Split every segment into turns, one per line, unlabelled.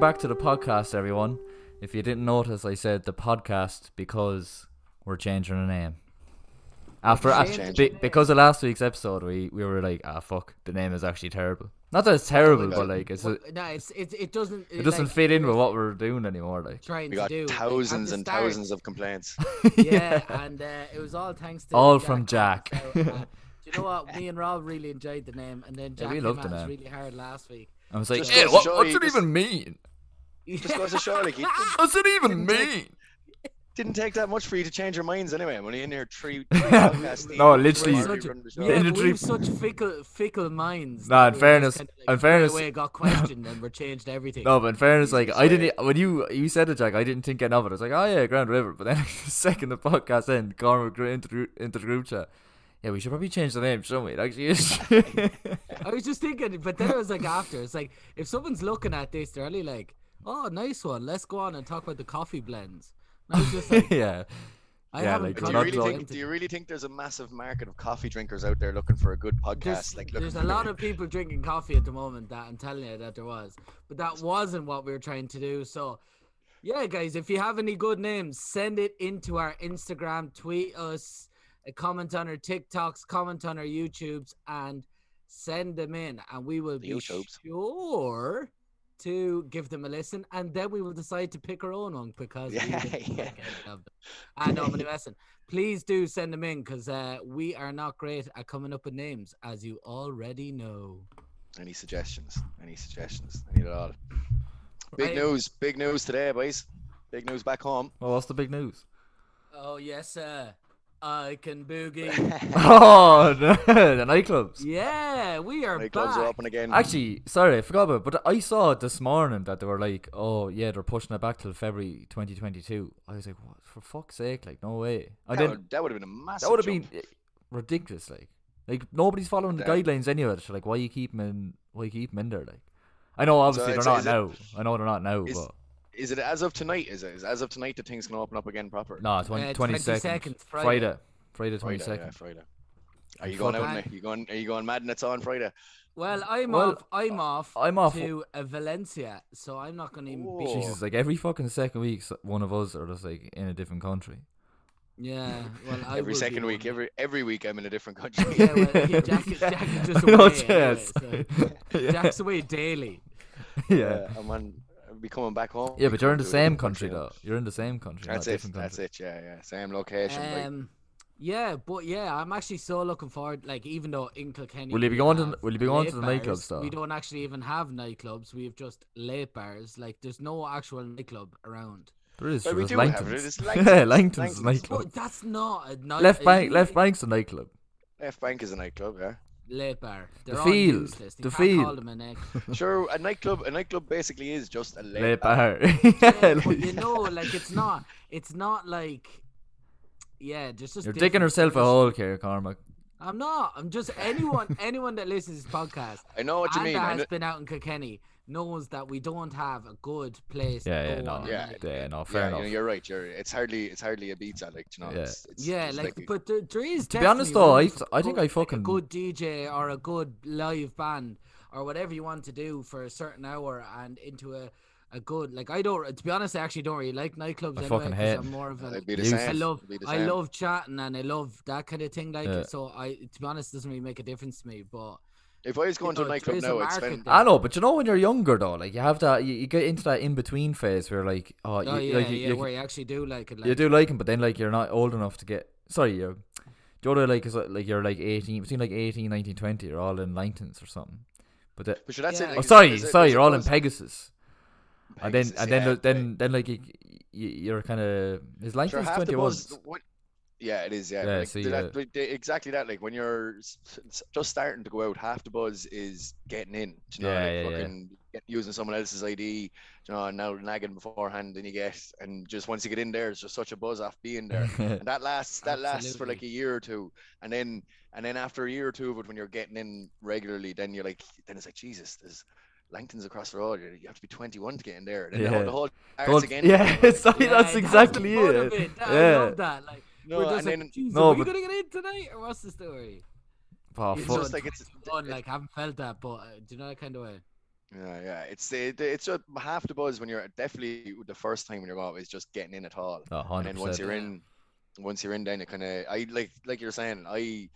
back to the podcast, everyone. If you didn't notice, I said the podcast because we're changing the name. After
Changing.
be, because of last week's episode, we, we were like, ah, fuck, the name is actually terrible. Not that it's terrible,
got-
but like it's a,
Well, no, it's, it, it doesn't.
it doesn't
like,
fit in with what we're doing anymore. Like
Trying
We got
to do Like, at
thousands
the
and
start,
thousands of complaints.
Yeah, and uh, it was all thanks to
All from Jack.
So, uh, do you know what? Me and Rob really enjoyed the name, and then
Yeah,
Jack
we
came
loved
at
the
us
name.
really hard last week.
I was like,
Just
"Eh,
goes to
what,
show
what's
you,
it
just-
even mean?
Just goes to show, like, it
What's it even mean?
didn't take that much for you to change your minds anyway. I'm only in here three, three podcasts deep.
No, literally.
We're already
Such a-
running the show.
Yeah,
In the
but
dream-
we've such fickle, fickle minds.
Nah, in
that we just
fairness-
kinda,
in
straight
fairness-
away got questioned and we changed everything.
No, but in fairness, like
Jesus,
I
yeah.
didn't e, when you you said it, Jack. I didn't think anything of it. I was like, oh yeah, Grand River. But then the second the podcast ended, Cormac gr- into the group- into the group chat. Yeah, we should probably change the name, shouldn't we? It actually is.
I was just thinking, but then it was like after. It's like if someone's looking at this, they're only like, "Oh, nice one. Let's go on and talk about the coffee blends." And I was just like,
yeah,
I
Yeah,
haven't
like,
Do
I'm
you,
not
really
joking.
think, do you really think there's a massive market of coffee drinkers out there looking for a good podcast?
there's,
like, looking
there's a
for-
lot of people drinking coffee at the moment that I'm telling you that there was, but that wasn't what we were trying to do. So, yeah, guys, if you have any good names, send it into our Instagram, tweet us, uh, comment on our TikToks, comment on our YouTubes, and send them in, and we will
The
be
YouTubes.
sure to give them a listen, and then we will decide to pick our own one because we
Yeah,
didn't
yeah.
pick any of them. I know, but listen, please do send them in because uh, we are not great at coming up with names, as you already know.
Any suggestions? Any suggestions? I need it all. Big
Right.
news. Big news today, boys. Big news back home.
Well, what's the big news?
Oh yes, sir. I can boogie.
Nightclubs
Oh, no, the nightclubs.
yeah, we are back.
are open again.
Actually, sorry, I forgot about. it, But I saw this morning that they were like, "Oh yeah, they're pushing it back till February 2022." I was like, "What? For fuck's sake! Like, no way!" I
that
didn't.
would, that would have been a massive.
That would have
jump.
been eh, ridiculous. Like, like nobody's following the
Yeah.
guidelines anyway. So, like, why you keep them in? Why you keep 'em in there? Like, I know obviously
it's-
they're not
is it-
now. I know they're not now,
is-
but
Is it as of tonight? Is it? Is it as of tonight that things can open up again proper?
no, nah, twenty
Uh,
twenty
22nd,
second Friday,
Friday.
Friday twenty
Friday. Yeah,
second.
Friday. Are
I'm
you going out?
fucking-
Nick? You going? Are you going mad? And it's on Friday.
Well, I'm
Well,
off. I'm off.
I'm off.
to uh, Valencia, so I'm not going to even be.
Oh.
Jesus, like every fucking second week, s- one of us are just like in a different country.
Yeah. Well, I
every
will be
second
one
week,
day.
every every week, I'm in a different country.
Yeah, well, yeah, Jack is- Jack is just
No
away anyway,
chance.
so-
yeah.
Jack's away daily.
yeah,
I'm on. I'll be coming back home.
yeah, but you're in the
Come to
same
a different
country
now.
though. You're in the same country. not
That's
a
it.
different
That's
country.
it. Yeah, yeah. Same location. like,
Um, yeah, but yeah, I'm actually so looking forward. Like, even though in Kilkenny,
Will you be
we
going to?
have
the- Will you be going to
late
the nightclub
bars,
stuff?
We don't actually even have nightclubs. We have just late bars. Like, there's no actual nightclub around.
There is.
But we
there's
do have it,
Langton's.
it's
yeah,
Langton's,
Langton's
Langton's.
nightclub.
But that's not a night.
Left
a
bank. Left
late-
bank's a nightclub.
Left Bank is a nightclub. Yeah.
Late bar. They're all
field,
useless. You
the
can't call
field.
them a night-
Sure, a nightclub. A nightcub basically is just a late.
Late
back.
bar.
Yeah, but you know, like it's not. It's not like. Yeah, there's just
You're digging
different
herself a
things.
hole, Kerry Cormac.
I'm not. I'm just anyone. anyone that listens to this podcast.
I know what you
and
mean.
that
I
has
know,
been out in Kilkenny knows that we don't have a good place.
Yeah, yeah,
to go
no,
on a
Yeah.
night.
yeah, no, fair
yeah, you
enough.
know, you're right. You're. It's hardly. It's hardly a beat. Like you know.
Yeah.
It's, it's,
yeah,
it's
like, but there, there is.
To be honest
definitely
though, I
room
th-
for
I think
good-
I
like,
fucking-
a good DJ or a good live band or whatever you want to do for a certain hour and into a, a good like I don't. To be honest, I actually don't really like nightclubs.
I
anyway,
fucking
'cause
hate
I'm more of a.
it'd be the
Use-
same.
I love
it'd be the
I
same.
love chatting and I love that kind of thing. Like
Yeah.
so, I to be honest, it doesn't really make a difference to me. But
If I was going to
know,
a nightclub
there's a
now, I'd
market
spend.
there.
I know, but you know when you're younger though, like you have that, you, you get into that in between phase where like, oh, you,
oh yeah,
like, you,
yeah,
you,
where you actually do like it. Like,
you do like him, but then like you're not old enough to get. Sorry, you're. Do you know like is like you're like 18 between like 18, 19, 20, you're all in Langtons or something. But the,
But sure, that's it.
Yeah.
like,
oh,
it's-
sorry,
there's a-
sorry,
there's a
you're all in
buzz.
Pegasus, and then
Pegasus,
and then
yeah,
then then, like you, you you're kind of is
Sure,
Langtons
half the
twenty one?
buzz- what- yeah, it is. Yeah,
Yeah,
like,
see,
th- that-
yeah.
but they- exactly that. Like when you're s- s- just starting to go out, half the buzz is getting in. do You know,
Yeah,
like
yeah, yeah.
fucking get- using someone else's ID. You know, and now nagging beforehand, and you get, and just once you get in there, it's just such a buzz off being there. And that lasts. That lasts for like a
Absolutely.
year or two, and then and then after a year or two of it, when you're getting in regularly, then you're like, then it's like Jesus, there's Langton's across the road. You you have to be 21 to get in there. Then the whole-
Yeah.
the whole
Don't-
starts again.
yeah, it's like-
Yeah,
that's
the
exactly
fun
it.
of That-
yeah.
I love that. Like,
No,
we're just
and
like,
then
"Jesus,
No,
are we
but-
gonna get in tonight, or what's the story?
Oh,
It's
fuck.
just like it's-
one,
it-
like I haven't felt that, but uh, do you know that kind of way?
Yeah, yeah. It's the the- it's just half the buzz when you're definitely the first time when you're out is just getting in at all.
Oh,
And
100%.
then once you're
Yeah.
in, once you're in, then it kind of I like like you're saying I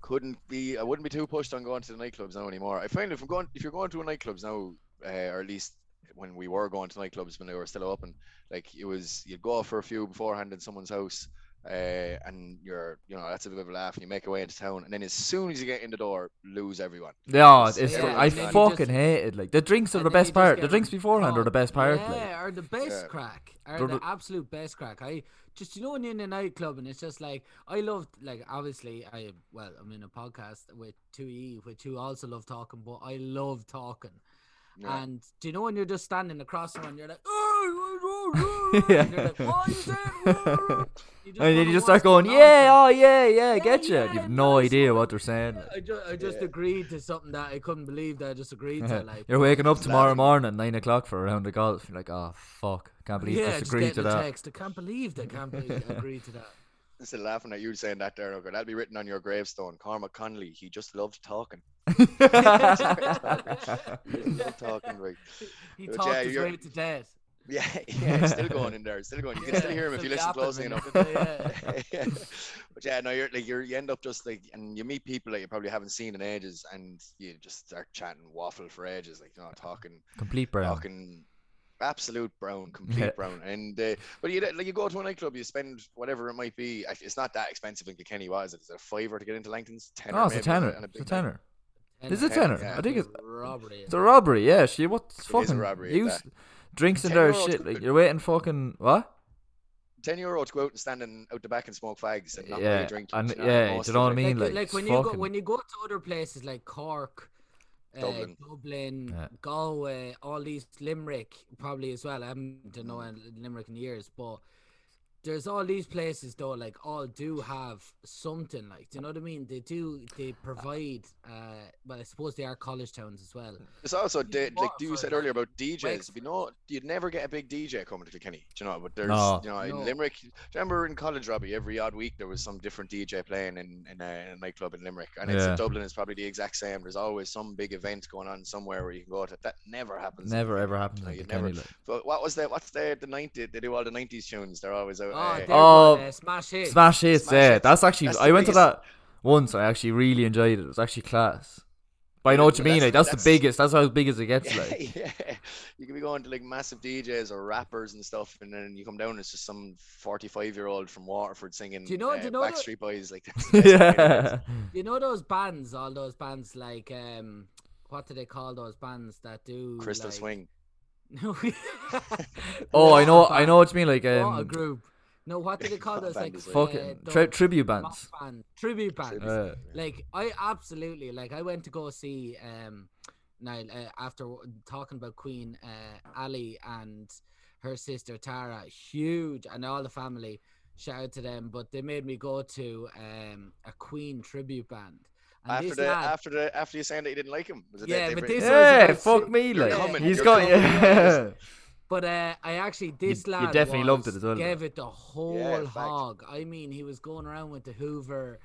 couldn't be I wouldn't be too pushed on going to the nightclubs now anymore. I find if I'm going if you're going to a nightclubs now, uh, or at least when we were going to nightclubs when they were still open, like it was you'd go out for a few beforehand in someone's house. Uh, and you're, you know, that's a bit of a laugh, and you make your way into town, and then as soon as you get in the door, lose everyone.
Yeah, it's,
Yeah,
I
and then you
fucking
just-
hated like the drinks are
and
the
then you
best
just
part.
get
The drinks
rid-
beforehand
Oh,
are the best part.
Yeah,
Like.
or the best
Yeah.
crack, or
They're
the
the-
absolute best crack. I just you know when you're in a nightclub and it's just like I loved like obviously I well I'm in a podcast with two E which who also love talking, but I love talking.
Yeah.
And do you know when you're just standing across someone, you're like, oh, oh, oh, oh," and you're like, "Oh, you said, oh, oh, oh." You
And then
wanna
you just start
watch
going,
the
yeah,
nonsense.
oh yeah, yeah,
Yeah,
getcha.
yeah,
You've no
nice
idea
one.
what they're saying. like.
I just, I just
Yeah.
agreed to something that I couldn't believe that I just agreed to. Like,
You're waking up tomorrow
laughing.
morning, nine o'clock for a round of golf. You're like, oh fuck, can't believe I
yeah,
just
just
agreed
getting
to
a
that.
text. I can't believe they can't believe they agreed to that.
Still laughing at you saying that there, Ogre. That'll be written on your gravestone. Cormac Connolly, he just loved talking. He just loved talking, right?
He
But
talked
yeah,
his
you're-
way to death.
Yeah, yeah, it's still going in there. It's still going. You can still
Yeah,
hear him if
so
you listen
yapping
closely
and
enough.
everything, yeah.
but yeah, no, you're like you're, you end up just like, and you meet people that you probably haven't seen in ages, and you just start chatting waffle for ages, like you know, talking,
Complete brown.
talking, absolute brown, complete brown. And uh, but you like you go to a nightclub, you spend whatever it might be. Actually, It's not that expensive in Kilkenny, was it? Is it a fiver to get into Langton's? Tenner,
Oh, it's a
maybe, on
tenner. It's
on
a
big night.
tenner. Is it
Anyway,
tenner?
Yeah.
I think it's
robbery.
it's a robbery. Yeah, she what
a
fucking
robbery,
use
that.
drinks in
Ten
there.
euros
Shit,
could-
like you're waiting fucking what?
10 euro to go out and stand in, out the back and smoke fags and not really
Yeah,
drink.
and
you know,
yeah,
most
do you know
of it.
what I mean?
Like,
Like,
like,
it's
when you go
fucking-
when you go to other places like Cork, uh,
Dublin.
Dublin,
Yeah.
Galway, all these Limerick probably as well. I haven't done
Mm.
no in Limerick in years, but there's all these places though. Like all do have something. Like do you know what I mean? They do. They provide. Uh, well, I suppose they are college towns as well.
It's also
Even
da- like you
Waterford,
said
like,
earlier about DJs.
Wexford.
You know, you'd never get a big DJ coming to Kilkenny. Do you know? But there's,
No.
you know, in
No.
Limerick. Do you remember in college, Robbie? Every odd week there was some different DJ playing in, in, a, in a nightclub in Limerick, and it's
Yeah.
in Dublin. It's probably the exact same. There's always some big event going on somewhere where you can go to. That never happens. in
never
Kilkenny.
ever happens.
No,
in
you'd
Kilkenny,
never-
like.
But what was that? What's the the ninety? They do all the nineties tunes. They're always out.
Oh,
eh,
they're
Oh,
good, uh, smash it.
Smash hits,
Smash
yeah.
hits.
That's actually
That's the
I went to
biggest-
that once. I actually really enjoyed it. It was actually class. But I know what you
But
mean.
that's-
Like that's,
that's-
the biggest. That's how big as it gets.
Yeah,
Like
yeah. You could be going to like massive DJs or rappers and stuff, and then you come down and it's just some forty-five-year-old from Waterford singing.
Do you know-
uh,
do you know the-
Backstreet Boys? Like, that's the best
yeah,
You know those bands, all those bands like um, what do they call those bands that do
Crystal
like...
Swing.
No.
Oh, I
What
know.
a
I
band.
know what you mean. Like
what a
um,
group. No, what do they call
What
those?
band
Like
is it?
fucking
uh,
tri-
those
tribute
rock
bands.
band, tribute bands.
Tribute.
Uh,
Like I absolutely like. I went to go see um, now uh, after w- talking about Queen uh, Ali and her sister Tara, huge, and all the family. Shout out to them, but they made me go to um a Queen tribute band. And
After
this
the
lad,
after the after you saying that you didn't like him, was it that
Yeah,
they
but
bring-
this was
yeah,
about-
fuck me.
You're
Like
coming,
he's
you're
got.
coming,
Yeah.
But uh, I actually this
you
lad
definitely
was,
loved it as well, though.
Gave it the whole
fact.
hog. I mean, he was going around with the Hoover.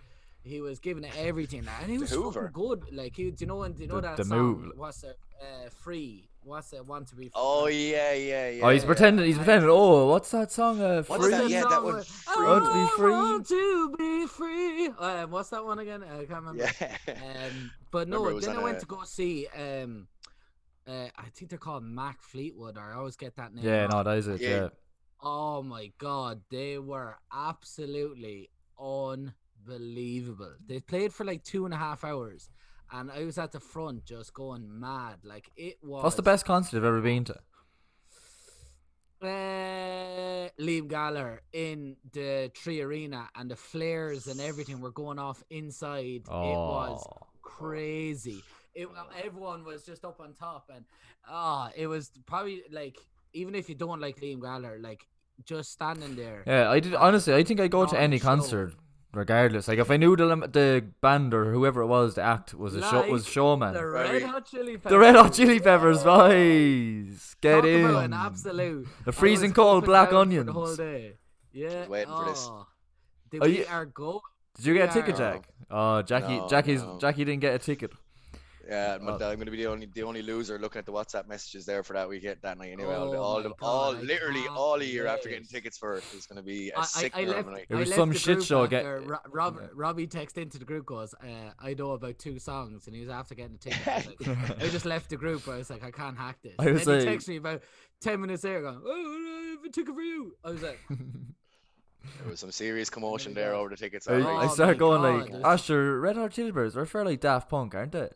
He was giving it everything, like, and he
The
was fucking
Hoover.
good. Like you, do you know, and do you know
The-
that
the
song?
move.
What's it? Uh, free. What's it? Want to be? Free?
Oh yeah, yeah, yeah.
Oh, he's
yeah.
pretending. He's
I-
pretending. Oh, what's that song? Uh,
What's
free.
that? Yeah, that one.
I
Free.
Want to be
want,
free?
to be free. Uh, what's that one again? I can't remember.
Yeah.
Um, but
Remember it
no,
was
then I
on
went
a-
to go see. Um, uh, I think they're called Mac Fleetwood. Or I always get that name.
Yeah,
wrong.
no, that is it.
Yeah.
Yeah.
Oh my god, they were absolutely unbelievable. They played for like two and a half hours, and I was at the front just going mad. Like it was.
What's the best concert I've ever been to?
Uh, Liam Gallagher in the Tree Arena, and the flares and everything were going off inside. It was
Oh,
crazy. It everyone was just up on top, and ah, it was probably like even if you don't like Liam Gallagher, like just standing there.
yeah. I did honestly. I think I go to
Not
any
show.
concert, regardless. Like if I knew the lim- the band or whoever it was, the act was a show was
Like
showman.
The
Very-
Red Hot Chili Peppers.
The Red Hot Chili Peppers, boys, get
Talk
in.
About an absolute.
the
I
freezing
was
cold
up and
black
down for The whole
onions.
day. Yeah.
waiting for this.
oh. Did
Are
we
you-
are go.
Did you get a
Yeah.
ticket,
No.
Jack? Oh, Jackie,
No,
Jackie's
no.
Jackie didn't get a ticket.
Yeah, I'm, I'm gonna be the only the only loser looking at the WhatsApp messages there for that weekend that night. Anyway, all the-
Oh
all
my
the,
God,
all
I
literally
can't
all year after
wait.
getting tickets for it is gonna be a
I,
sick
I, I
Durham
left.
night.
It
I
was
left
some
the
shit
group
show, I get-
after Ro- Rob, Robbie texted into the group goes, uh, "I know about two songs," and he was after getting a ticket. I, was like, I just left the group. I was like, "I can't hack this."
I was
then he
like-
texted me about ten minutes later, going, "Oh, I have a ticket for you." I was like,
There was some serious commotion there
God.
over the tickets.
I,
alright.
I
Oh
started
my
going
God,
like,
that's-
Asher, Red Hot Chili Peppers, they're fairly Daft Punk, aren't they?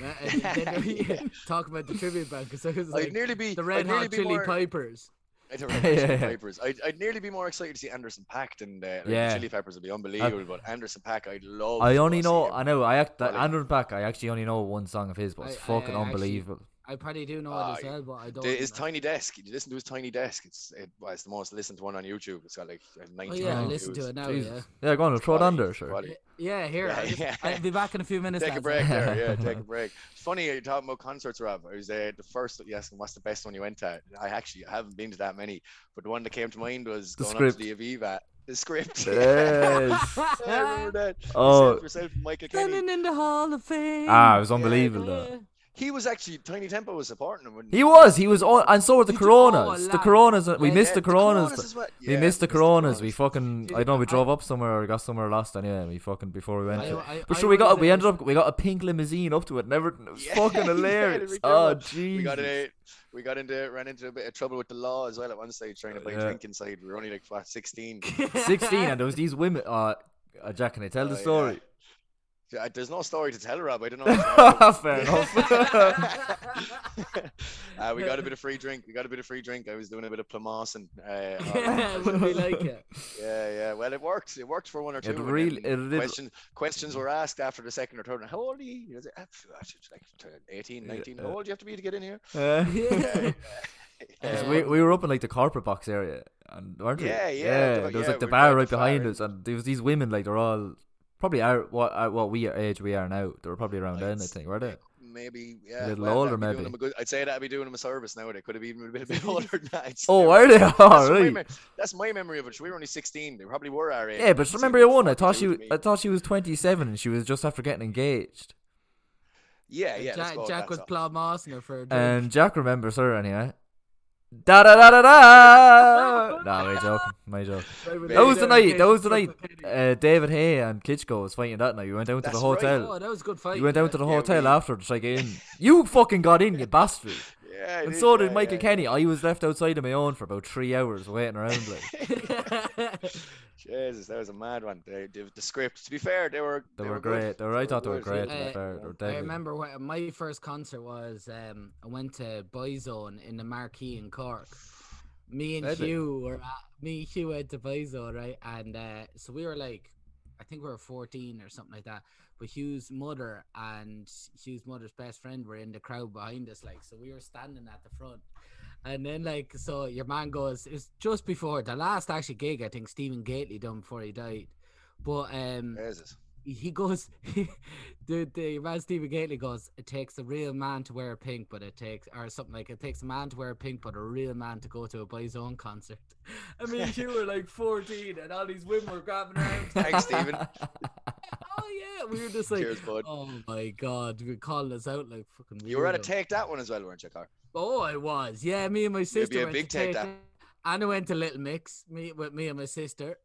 "Nah," and then we
Yeah.
talk about the tribute band because I was
I'd
like,
nearly be
"The Red
I'd nearly
Hot
be
Chili
more,
Pipers."
I don't remember
Yeah.
Chili Peppers. I'd, I'd nearly be more excited to see Anderson Pack than uh, like, the
Yeah.
Chili Peppers would be unbelievable. but Anderson Pack, I'd love.
I
to go
only
see
know,
him.
I know, I act, that
Well, it-
Andrew Pack, I actually only know one song of his, but
I-
it's
I-
fucking
I actually-
unbelievable.
I probably do know
Ah,
it as well, but I don't.
The, his
know.
tiny desk. You listen to his tiny desk. It's it, well, it's the most listened one on YouTube. It's got like
Oh
19.
yeah, I
Oh,
listen to it now.
Jesus. Yeah, go on, throw it on there, sure.
Yeah, yeah. Here,
Yeah,
I'll, just-
yeah.
I'll be back in a few minutes.
Take a
lads.
break there. Yeah, take a break. It's funny you're talking about concerts, Rob. I was uh, the first that you asked, what's the best one you went to? I actually haven't been to that many, but the one that came to mind was
The
going up to
Script.
the Aviva. The script.
Yes.
I remember that.
Oh.
Yourself, yourself, and Michael Kenny.
in the Hall of Fame.
Ah, it was
Yeah,
unbelievable
Yeah.
though.
He was actually Tiny Tempo was supporting him. wasn't
He was, he was on, and so were the
He did- oh,
Coronas. The
lads.
Coronas, we
Yeah,
missed the
Yeah,
Coronas.
as well.
We
Yeah,
missed the Coronas. We fucking,
Did
I don't know, we
I-
drove up somewhere or got somewhere lost anyway. We fucking, before we went
I-
to
I-
But
I
sure, we got
was
we
at-
ended up we got a pink limousine up to it and everything. It was
Yeah,
fucking
yeah, it'd be
hilarious.
good
oh
one.
jeez.
We got it. We got into ran into a bit of trouble with the law as well at one stage trying to buy
Yeah.
drink inside. We were only like what, 16.
Sixteen, and there was these women. Uh, uh, Jack, can I tell
Oh,
the
yeah.
story?
Yeah, I- There's no story to tell, Rob. I don't know. what
Fair enough.
to tell. uh, we got a bit of free drink. We got a bit of free drink. I was doing a bit of plumosin. Uh,
yeah,
on-
would be like it.
yeah, yeah. Well, it worked. It worked for one or two.
it
and
really,
then
it really.
Question, questions were asked after the second or third. How old are you? I was like, "Ah, I should like turn 18,
Yeah, uh,
19. How
yeah.
old do you have to be to get in here?
Uh,
Yeah.
'cause
Yeah.
we we were up in like the corporate box area, and weren't we?
Yeah, yeah,
yeah.
the-
There was
yeah,
like the
we were
bar
at
right
the
behind
far
us, and there was these women like they're all probably our what our, what we age we are now. They were probably around then, I
Nice.
think, were they?
Maybe yeah,
little
well,
older,
that'd be doing
maybe.
them a good- I'd say that'd be doing them a service now. They could have even been a bit older than that. I'd say.
Oh, are they?
That's,
All
my,
right.
me- that's my memory of it. We were only sixteen. They probably were our age.
Yeah, but
I'd say
remember
they
your
were
one. I thought she
42
was,
to me.
I thought she was twenty seven, and she was just after getting engaged.
Yeah, yeah. let's
Jack,
go with
Jack
that,
was
so.
Plum Arsenal for a drink.
And Jack remembers her anyway. Da da da da da. nah, my joke, my joke.
Right with
That
That was the
David
night. That
Arquette
was the
and
night.
Michael Kenny.
Uh, David Hay and Klitschko was fighting that night. You went down to the
That's right.
hotel.
oh, that was a good fight.
You went down to the
Yeah,
hotel
we-
after to try get in. You fucking got in, you bastard.
Yeah, I
And so
yeah,
did Michael
yeah.
Kenny. I was left outside on my own for about three hours waiting around. Like
Jesus, that was a mad one. They, the, the script. To be fair, they were
they were great. They were, I thought they were great. To
Uh,
be fair, they were
I
deadly.
remember when my first concert was um, I went to Boyzone in the Marquee in Cork. Me and
Legend.
Hugh were at, me and Hugh went to Boyzone, right? And uh, so we were like, I think we were 14 or something like that. But Hugh's mother and Hugh's mother's best friend were in the crowd behind us, like so we were standing at the front. And then like so your man goes, it was just before the last actually gig I think Stephen Gately done before he died. But um
Jesus.
he goes, the, the man Stephen Gately goes, it takes a real man to wear pink, but it takes, or something like, it takes a man to wear pink, but a real man to go to a boy's own concert. I mean, you were like 14 and all these women were grabbing her arms. like,
Thanks, Stephen.
oh, yeah. We were just like,
Cheers, bud.
oh my God, we calling us out like fucking
You were at a
weirdo."
take that one as well, weren't you, Car?
Oh, I was. Yeah, me and my sister.
a
went
big
to
take that.
And I went to Little Mix me, with me and my sister.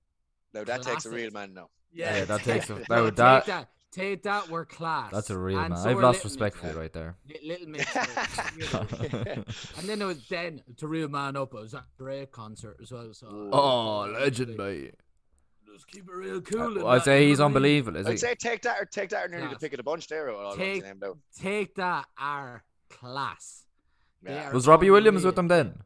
No, that takes a real
Classics.
man. No.
Yeah, that takes a, that,
No, take
that,
that. Take that. We're class.
that's a real
And
man.
so
I've
were
lost
Little Mix.
respect for you
Yeah.
right there.
Li- Little Mix. like, you know. and then it was then to real man up. I was at a Drake concert as well. So
Ooh.
Oh, legend, mate. Uh,
Just keep it real cool. and
I
that,
say
you
he's
know what I mean?
unbelievable, is he?
I'd say take that or take that or nearly the
Class.
pick of the bunch there. All
Take-
named out.
Take that, our class. They
Yeah.
are
Was Robbie Williams with
unreal.
them then?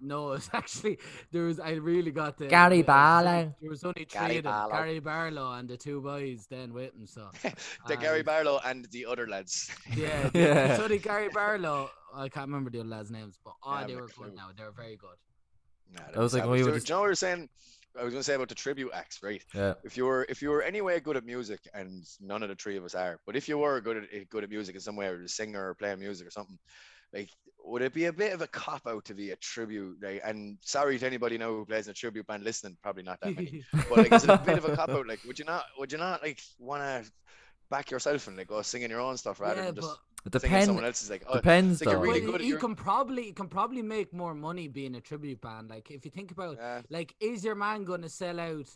No, it's actually there was. I really got the
Gary
uh, there was-
Barlow.
There was only three
Gary
of them:
Barlow.
Gary Barlow and the two boys then with him. So
The
um,
Gary Barlow and the other lads.
yeah,
Yeah.
yeah. So the Gary Barlow. I can't remember the other lads' names, but oh,
Yeah,
they
no
were
clue.
good. Now they were very good.
Nah,
I was like,
savage.
when we were
Do-
just-
do you know what we were saying? I was going to say about the tribute acts, right?
Yeah.
If you were if you were anyway good at music, and none of the three of us are, but if you were good at eh, good at music in some way, or a singer or playing music or something, like would it be a bit of a cop out to be a tribute? Like, and sorry to anybody now who plays in a tribute band listening, probably not that many. but like, it's a bit of a cop out. Like, would you not? Would you not like want to back yourself and like go singing your own stuff rather
yeah,
than just
but
It
singing someone
depends.
else's. Like, oh,
Depends
like,
though.
you're really
but
good at
you
your-
can probably you can probably make more money being a tribute band. Like if you think about
yeah,
Like, is your man gonna sell out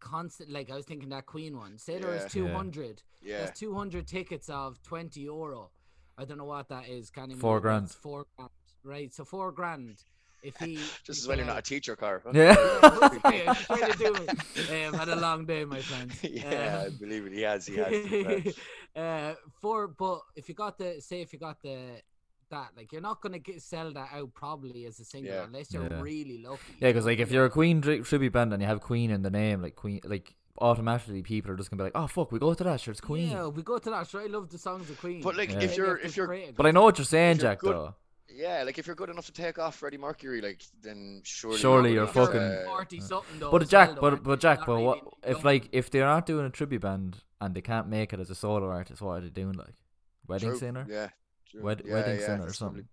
constant? Like I was thinking that Queen one. Say there
Yeah.
was
Yeah.
two hundred.
yeah.
There's two hundred tickets of twenty euro. I don't know what that is. Can you
Four grand.
Four grand. Right. So four grand. If he
Just as well you're not a teacher, car.
Yeah.
yeah, trying to do it. Um, had a long day, my friend.
yeah, I
Um,
believe it. He has. He has. he has.
uh, for but if you got the say, if you got the that like you're not gonna get, sell that out probably as a single
Yeah.
unless you're
Yeah.
really lucky.
Yeah, because like if you're a Queen dri- tribute band and you have Queen in the name, like Queen, like automatically people are just gonna be like, "Oh fuck, we go to that sure, it's Queen."
Yeah, we go to that. Sure, I love the songs of Queen.
But, like,
Yeah. if
Maybe
you're-
after
if you're-
Parade,
But I know what you're saying,
If you're
Jack.
good-
Though
Yeah, like if you're good enough to take off Freddie Mercury, like then surely.
Surely
not with
you're
that,
fucking-
uh,
forty something though.
But
as
Jack,
well, though,
but
aren't
but
they? They're
Jack,
not
but
really
what if
young.
like if they aren't doing a tribute band and they can't make it as a solo artist? What are they doing? Like wedding
true,
singer,
Yeah. true.
Wed-
Yeah,
wedding
yeah,
singer or
that's probably-
something.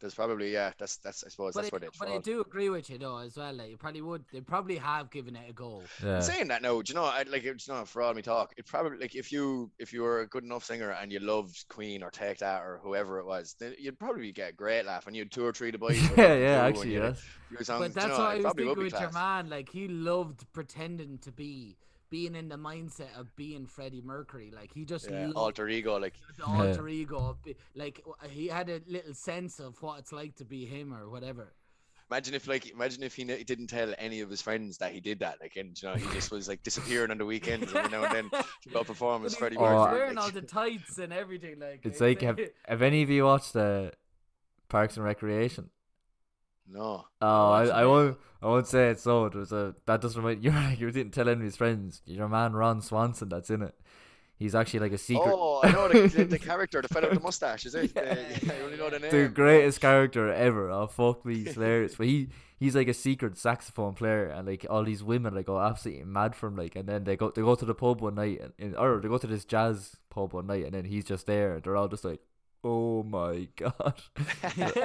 There's probably yeah. That's that's I suppose
But,
that's
I,
where they.
but I do agree with you though as well. Like, you probably would. They probably have given it a go.
Yeah,
Saying that now, do you know? I like it's not for all me talk. It probably like if you if you were a good enough singer and you loved Queen or Take That or whoever it was, then you'd probably get a great laugh and you'd two or three the boys.
yeah,
would love
yeah.
you and
Actually,
you'd-
yes.
few songs,
but
do you
that's
know,
what
Um, it
I was
probably would
thinking
be
with your
class.
man. Like he loved pretending to be, being in the mindset of being Freddie Mercury. Like he just
Yeah,
loved
alter ego, like
the alter ego. of be- Like w- he had a little sense of what it's like to be him or whatever.
Imagine if, like, imagine if he, kn- he didn't tell any of his friends that he did that, like, and you know, he just was like disappearing on the weekends every now and then to go perform as
But
Freddie
he was
Mercury,
wearing
like-
all the tights and everything. Like
Oh, It's like have, have any of you watched uh, Parks and Recreation?
No,
Oh, I,
watched
I
it.
won't. I won't say it. So it was a. That does remind you. You didn't tell any of his friends. Your man Ron Swanson. That's in it. He's actually like a secret.
oh, I know the, the, the character, the fella with the mustache, is it?
Yeah.
Uh, I only know the name.
the greatest character ever. Oh fuck me, he's hilarious. But he he's like a secret saxophone player, and like all these women like go absolutely mad for him. Like, and then they go they go to the pub one night, and, and or they go to this jazz pub one night, and then he's just there, and they're all just like, oh my god,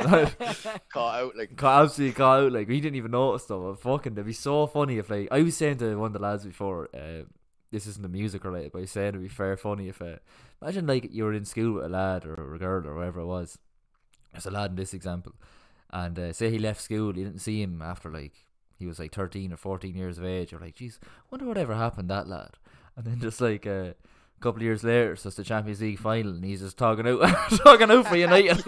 Caught out, like,
Got absolutely caught out. Like we didn't even notice though. But fucking, that'd be so funny if like I was saying to one of the lads before. Uh, this isn't the music related, but I was saying it'd be fair funny if uh, imagine like you were in school with a lad or a girl or whatever it was. There's a lad in this example, and uh, say he left school, you didn't see him after like he was like 13 or 14 years of age. You're like, geez, wonder whatever happened to that lad. And then just like uh, a couple of years later, so it's the Champions League final, and he's just talking out, talking out for United.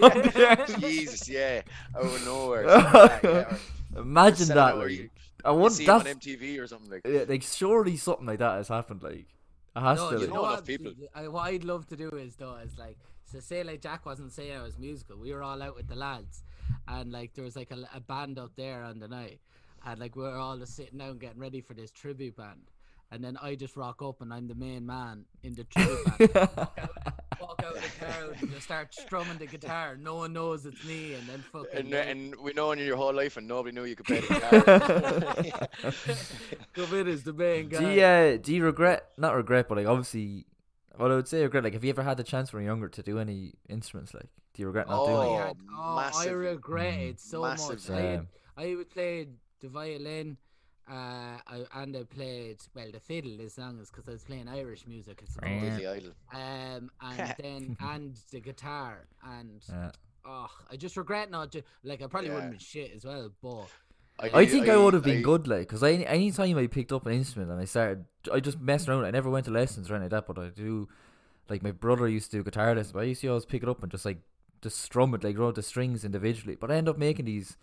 Jesus, yeah, out of nowhere.
Imagine
Selling
that.
out, or
Like,
you-
I
You
want
see him on
that's-
MTV or something like.
yeah, like surely something like that has happened. Like it has
No,
to.
you
like-
know
enough
what?
people.
I, what I'd love to do is though is like so say like Jack wasn't saying I was musical. We were all out with the lads, and like there was like a, a band up there on the night, and like we were all just sitting down getting ready for this tribute band, and then I just rock up and I'm the main man in the tribute band. Walk out of the crowd and just start strumming the guitar. No one knows it's me, and then fucking.
And, uh,
like,
and we known you your whole life, and nobody knew you could play the guitar.
come in as the main
do
guy.
you, uh, do you regret not regret, but like obviously, what I would say regret. Like, have you ever had the chance when you're younger to do any instruments? Like, do you regret not
I
doing?
Oh,
it?
had- oh, I
massively.
regret
mm,
it so much.
Massively.
I, had,
Same.
I would play the violin, uh, I, and I played well the fiddle as long as because I was playing Irish music. It's
Completely idle.
um, and then and the guitar and
Yeah.
oh, I just regret not ju- like I probably
Yeah.
wouldn't be shit as well, but
I think I, would have been
I-
good, like, because I any time I picked up an instrument and I started, I just messed around. I never went to lessons or anything like that, but I do, like, my brother used to do guitar lessons, but I used to always pick it up and just like just strum it, like, roll the strings individually. But I end up making these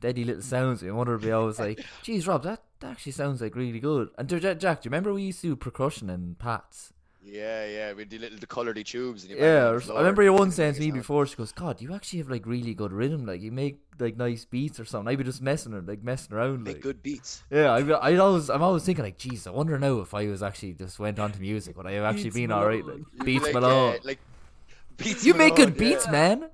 deady little sounds. My mother would be always like, "Geez, Rob, that, that actually sounds like really good." And do- Jack, Jack, do you remember we used to do percussion and pats?
Yeah, yeah, with the little the colouredy tubes. And you bang it
Yeah,
on the
or s- I
floor
remember your one
and
saying to
make
me
a sound.
before, she goes, "God, you actually have like really good rhythm. Like, you make like nice beats or something." I'd be just messing, ar- like messing around,
Make
like.
good beats.
Yeah, I, I always, I'm always thinking like, geez, I wonder now if I was actually just went on to music, would I have actually
Beats
been all right?
Malone.
Like, beats
like,
Malone.
Uh, like beats.
you make good
Malone,
beats,
yeah.
man.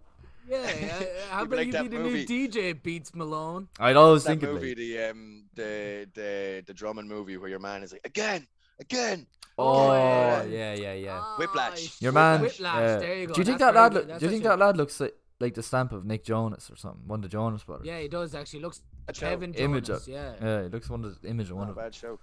yeah, uh, how
You'd be
about
like
you
that
be the
movie.
new DJ Beats Malone?
I'd always
That
think
movie,
like,
the um, the the the Drummond movie, where your man is like again, again.
oh,
again."
yeah, yeah, yeah.
Ah,
Whiplash.
Your
Whiplash.
man.
Whiplash,
yeah.
there you go,
Do you think
that's
that lad?
very
Look,
good,
do you
that's
think
actually-
that lad looks like, like the stamp of Nick Jonas or something? One of the Jonas brothers.
Yeah, he does actually. Looks
Bad show.
Kevin
Image
Jonas,
up.
yeah.
Yeah, he looks one of the image of one
Not a
of.
bad show.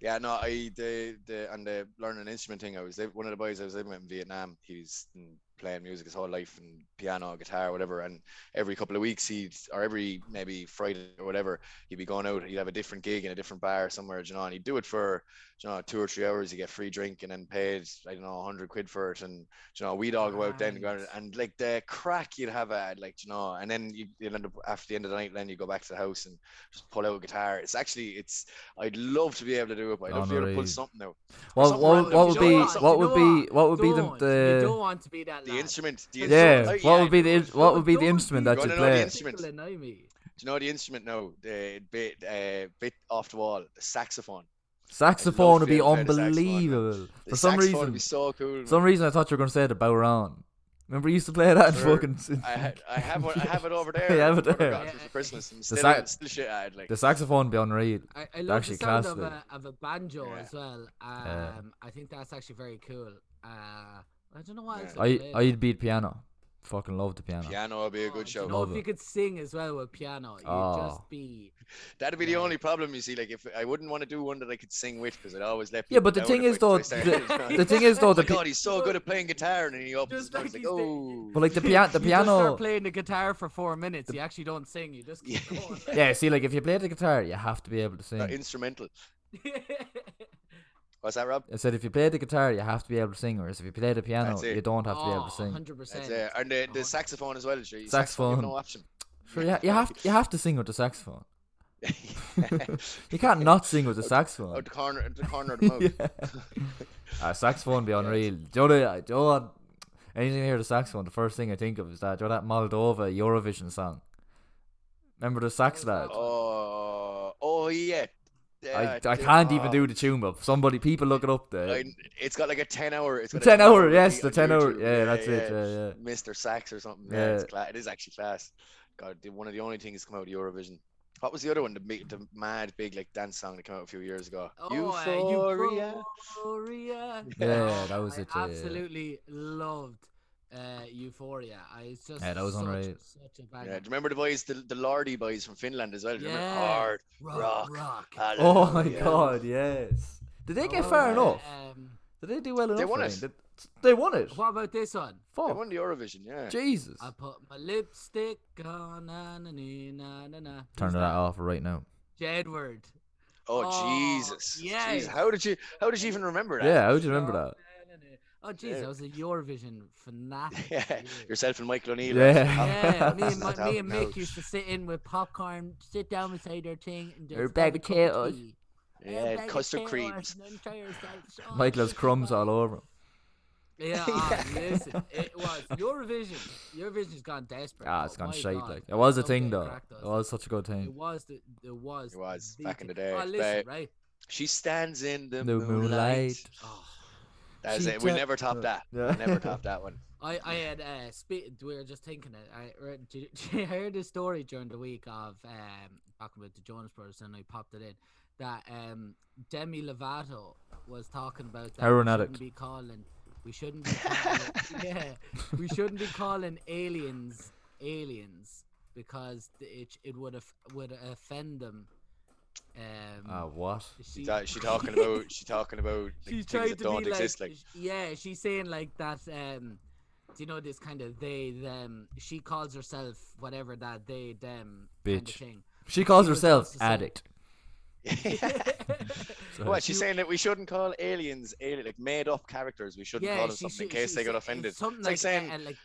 Yeah, no, I the the and the learning an instrument thing. I was liv- one of the boys I was living with in Vietnam. He's been playing music his whole life and piano, guitar, whatever. And every couple of weeks, he'd or every maybe Friday or whatever, he'd be going out. He'd have a different gig in a different bar somewhere, you know. And he'd do it for you know two or three hours. You get free drink and then paid I don't know hundred quid for it. And you know we'd all go out then, go out,
Right.
and like the crack you'd have at like you know, and then you you'd end up after the end of the night, then you go back to the house and just pull out a guitar. It's actually it's I'd love to be able to do it, but I'd love to be able to pull
Honorary.
something out.
What
something
what,
random,
what
you
would
know
be what
what?
You
would
know
be what would be
Don't. you
the
don't want to be that
The
lad.
instrument, the
the
you
instrument.
don't.
yeah
like,
what
yeah,
would be the
you
in- what would be the
Don't
instrument
be
that
gonna
you
know the
play?
instrument. instruments.
People annoy me.
Do you know the instrument? No, the bit, uh, bit off the wall, the saxophone.
Saxophone would
to be
be
able to play the saxophone.
unbelievable.
The
For some
saxophone would
reason,
be so cool.
for some reason I thought you were going to say the Bowron. Remember you used to play that in
Sure.
fucking.
I, had, I have one, I have it over there.
You have it
what I
there.
got it for Christmas and still,
sax-
still shit at it, like.
the saxophone would be unreal.
I, I love
actually
the sound
class,
of
though.
a, of a banjo
Yeah.
as well. Um,
Yeah.
I think that's actually very cool. Uh, I don't know why.
Yeah.
else to
I
play.
I'd beat piano. Fucking love the piano.
Piano would be a good
Oh,
show.
You know,
Love
if
it.
you could sing as well with piano, you'd
Oh.
just be.
That'd be the
Yeah.
only problem, you see. Like, if I wouldn't want to do one that I could sing with, because I'd always let.
Yeah,
people
but the
down
thing
if
is
I-
though,
if I started
the,
playing.
the thing is though,
oh
the
my
pi-
god, he's so good at playing guitar, and then he opens his
Just
mouth,
like
like,
he's the-
oh.
but like the piano, the
you just start
piano.
playing the guitar for four minutes. You actually don't sing. You just keep
Yeah.
going.
Yeah, see, like if you play the guitar, you have to be able to
Uh,
sing.
instrumental. What's that, Rob?
I said if you play the guitar, you have to be able to sing, whereas if you play the piano,
That's it.
you don't have to be able
oh,
to sing.
100%.
That's it. And the, the
Oh.
saxophone as well. Sure. Saxophone.
Saxophone.
you've No option.
Sure, you, ha- you have you have to sing with the saxophone. You
you
can't not sing with the
Out
saxophone.
the corner, out the corner of the mouth.
yeah. Ah, saxophone be unreal. Do you know, the- do you know what- anything I hear the saxophone, the first thing I think of is that do you know that Moldova Eurovision song. Remember the sax lad?
Oh, oh yeah.
I,
Yeah,
I
did-
can't even
oh.
do the tune, but somebody people look it up there.
I, it's got like a ten hour. It's got a
10 hour,
repeat
yes, the
on
10 hour.
YouTube.
Yeah, that's it. Yeah, yeah.
Mr. Sax or something. Yeah, It's
Yeah.
cla- it is actually class. God, the- one of the only things that's come out of Eurovision. What was the other one? The, big- the mad big like dance song that came out a few years ago.
Oh, uh,
Euphoria.
Euphoria.
Yeah, that was
I
it, yeah, yeah.
absolutely loved uh, Euphoria. I, it's just
Yeah, that was
such,
unreal.
Such a
Yeah,
banger.
do you remember the boys, the, the Lardy boys from Finland as well? Do you remember?
Yeah.
Hard
rock,
rock.
rock.
Oh my
Hallelujah.
god, yes. Did they get
Oh,
far
uh,
enough?
Um,
Did they do well enough?
won
I
it.
think? Did- They won it.
what about this one?
They
Fuck.
won the Eurovision, yeah.
Jesus.
I put my lipstick on, na na na na na. na.
Turn that off right now.
Jedward.
Oh,
Oh,
Jesus.
yes.
Jeez, how did you how did you even remember that?
Yeah, I would remember that.
Oh, jeez,
Yeah.
I was a Eurovision fanatic. for
Yeah,
years.
yourself and Michael O'Neill.
Yeah.
actually.
Yeah, me and,
Not
my, me and
out, no.
Mick used to sit in with popcorn, sit down beside their thing, and just
Or
have
bag
a
of
cup
potatoes.
tea.
Yeah,
bag of
custard
potatoes
creams.
and enjoy yourselves. Oh,
Michael has
this is
crumbs
fun.
all over him.
Yeah, ah, listen, it was Eurovision. Eurovision's gone desperate.
Ah,
now,
it's gone
my
shite.
God.
Like it was a
Don't
thing
get
though.
cracked us.
It was such a good
It
thing.
was the. It was.
It was,
the
back in the
thing.
day,
Oh, listen,
but-
right.
She stands in the,
The
moonlight.
moonlight.
Oh,
That's
She
it. We
ta-
never top that.
Yeah.
We never top that one.
I, I had uh, spe- we were just thinking it. I, read- do you- do you- I heard this story during the week of um talking about the Jonas Brothers, and I popped it in that um Demi Lovato was talking about that
Heroin
we
addict.
shouldn't be calling we shouldn't be calling, yeah we shouldn't be calling aliens aliens because th- it it would have would offend them. Um,
Ah, what?
She, ta- she talking about she talking about like,
she's
things
trying
that
to
don't
be like,
exist. Like,
sh- yeah she's saying like that um do you know this kind of they them she calls herself whatever that they them kind
Bitch.
of thing
She calls
She was
herself
also saying-
addict. So-
what she's saying that we shouldn't call aliens alien like made up characters. We shouldn't call them
she-
something in
she-
case
she
they
said-
got
it's
offended.
something
It's like
uh,
saying-
uh, like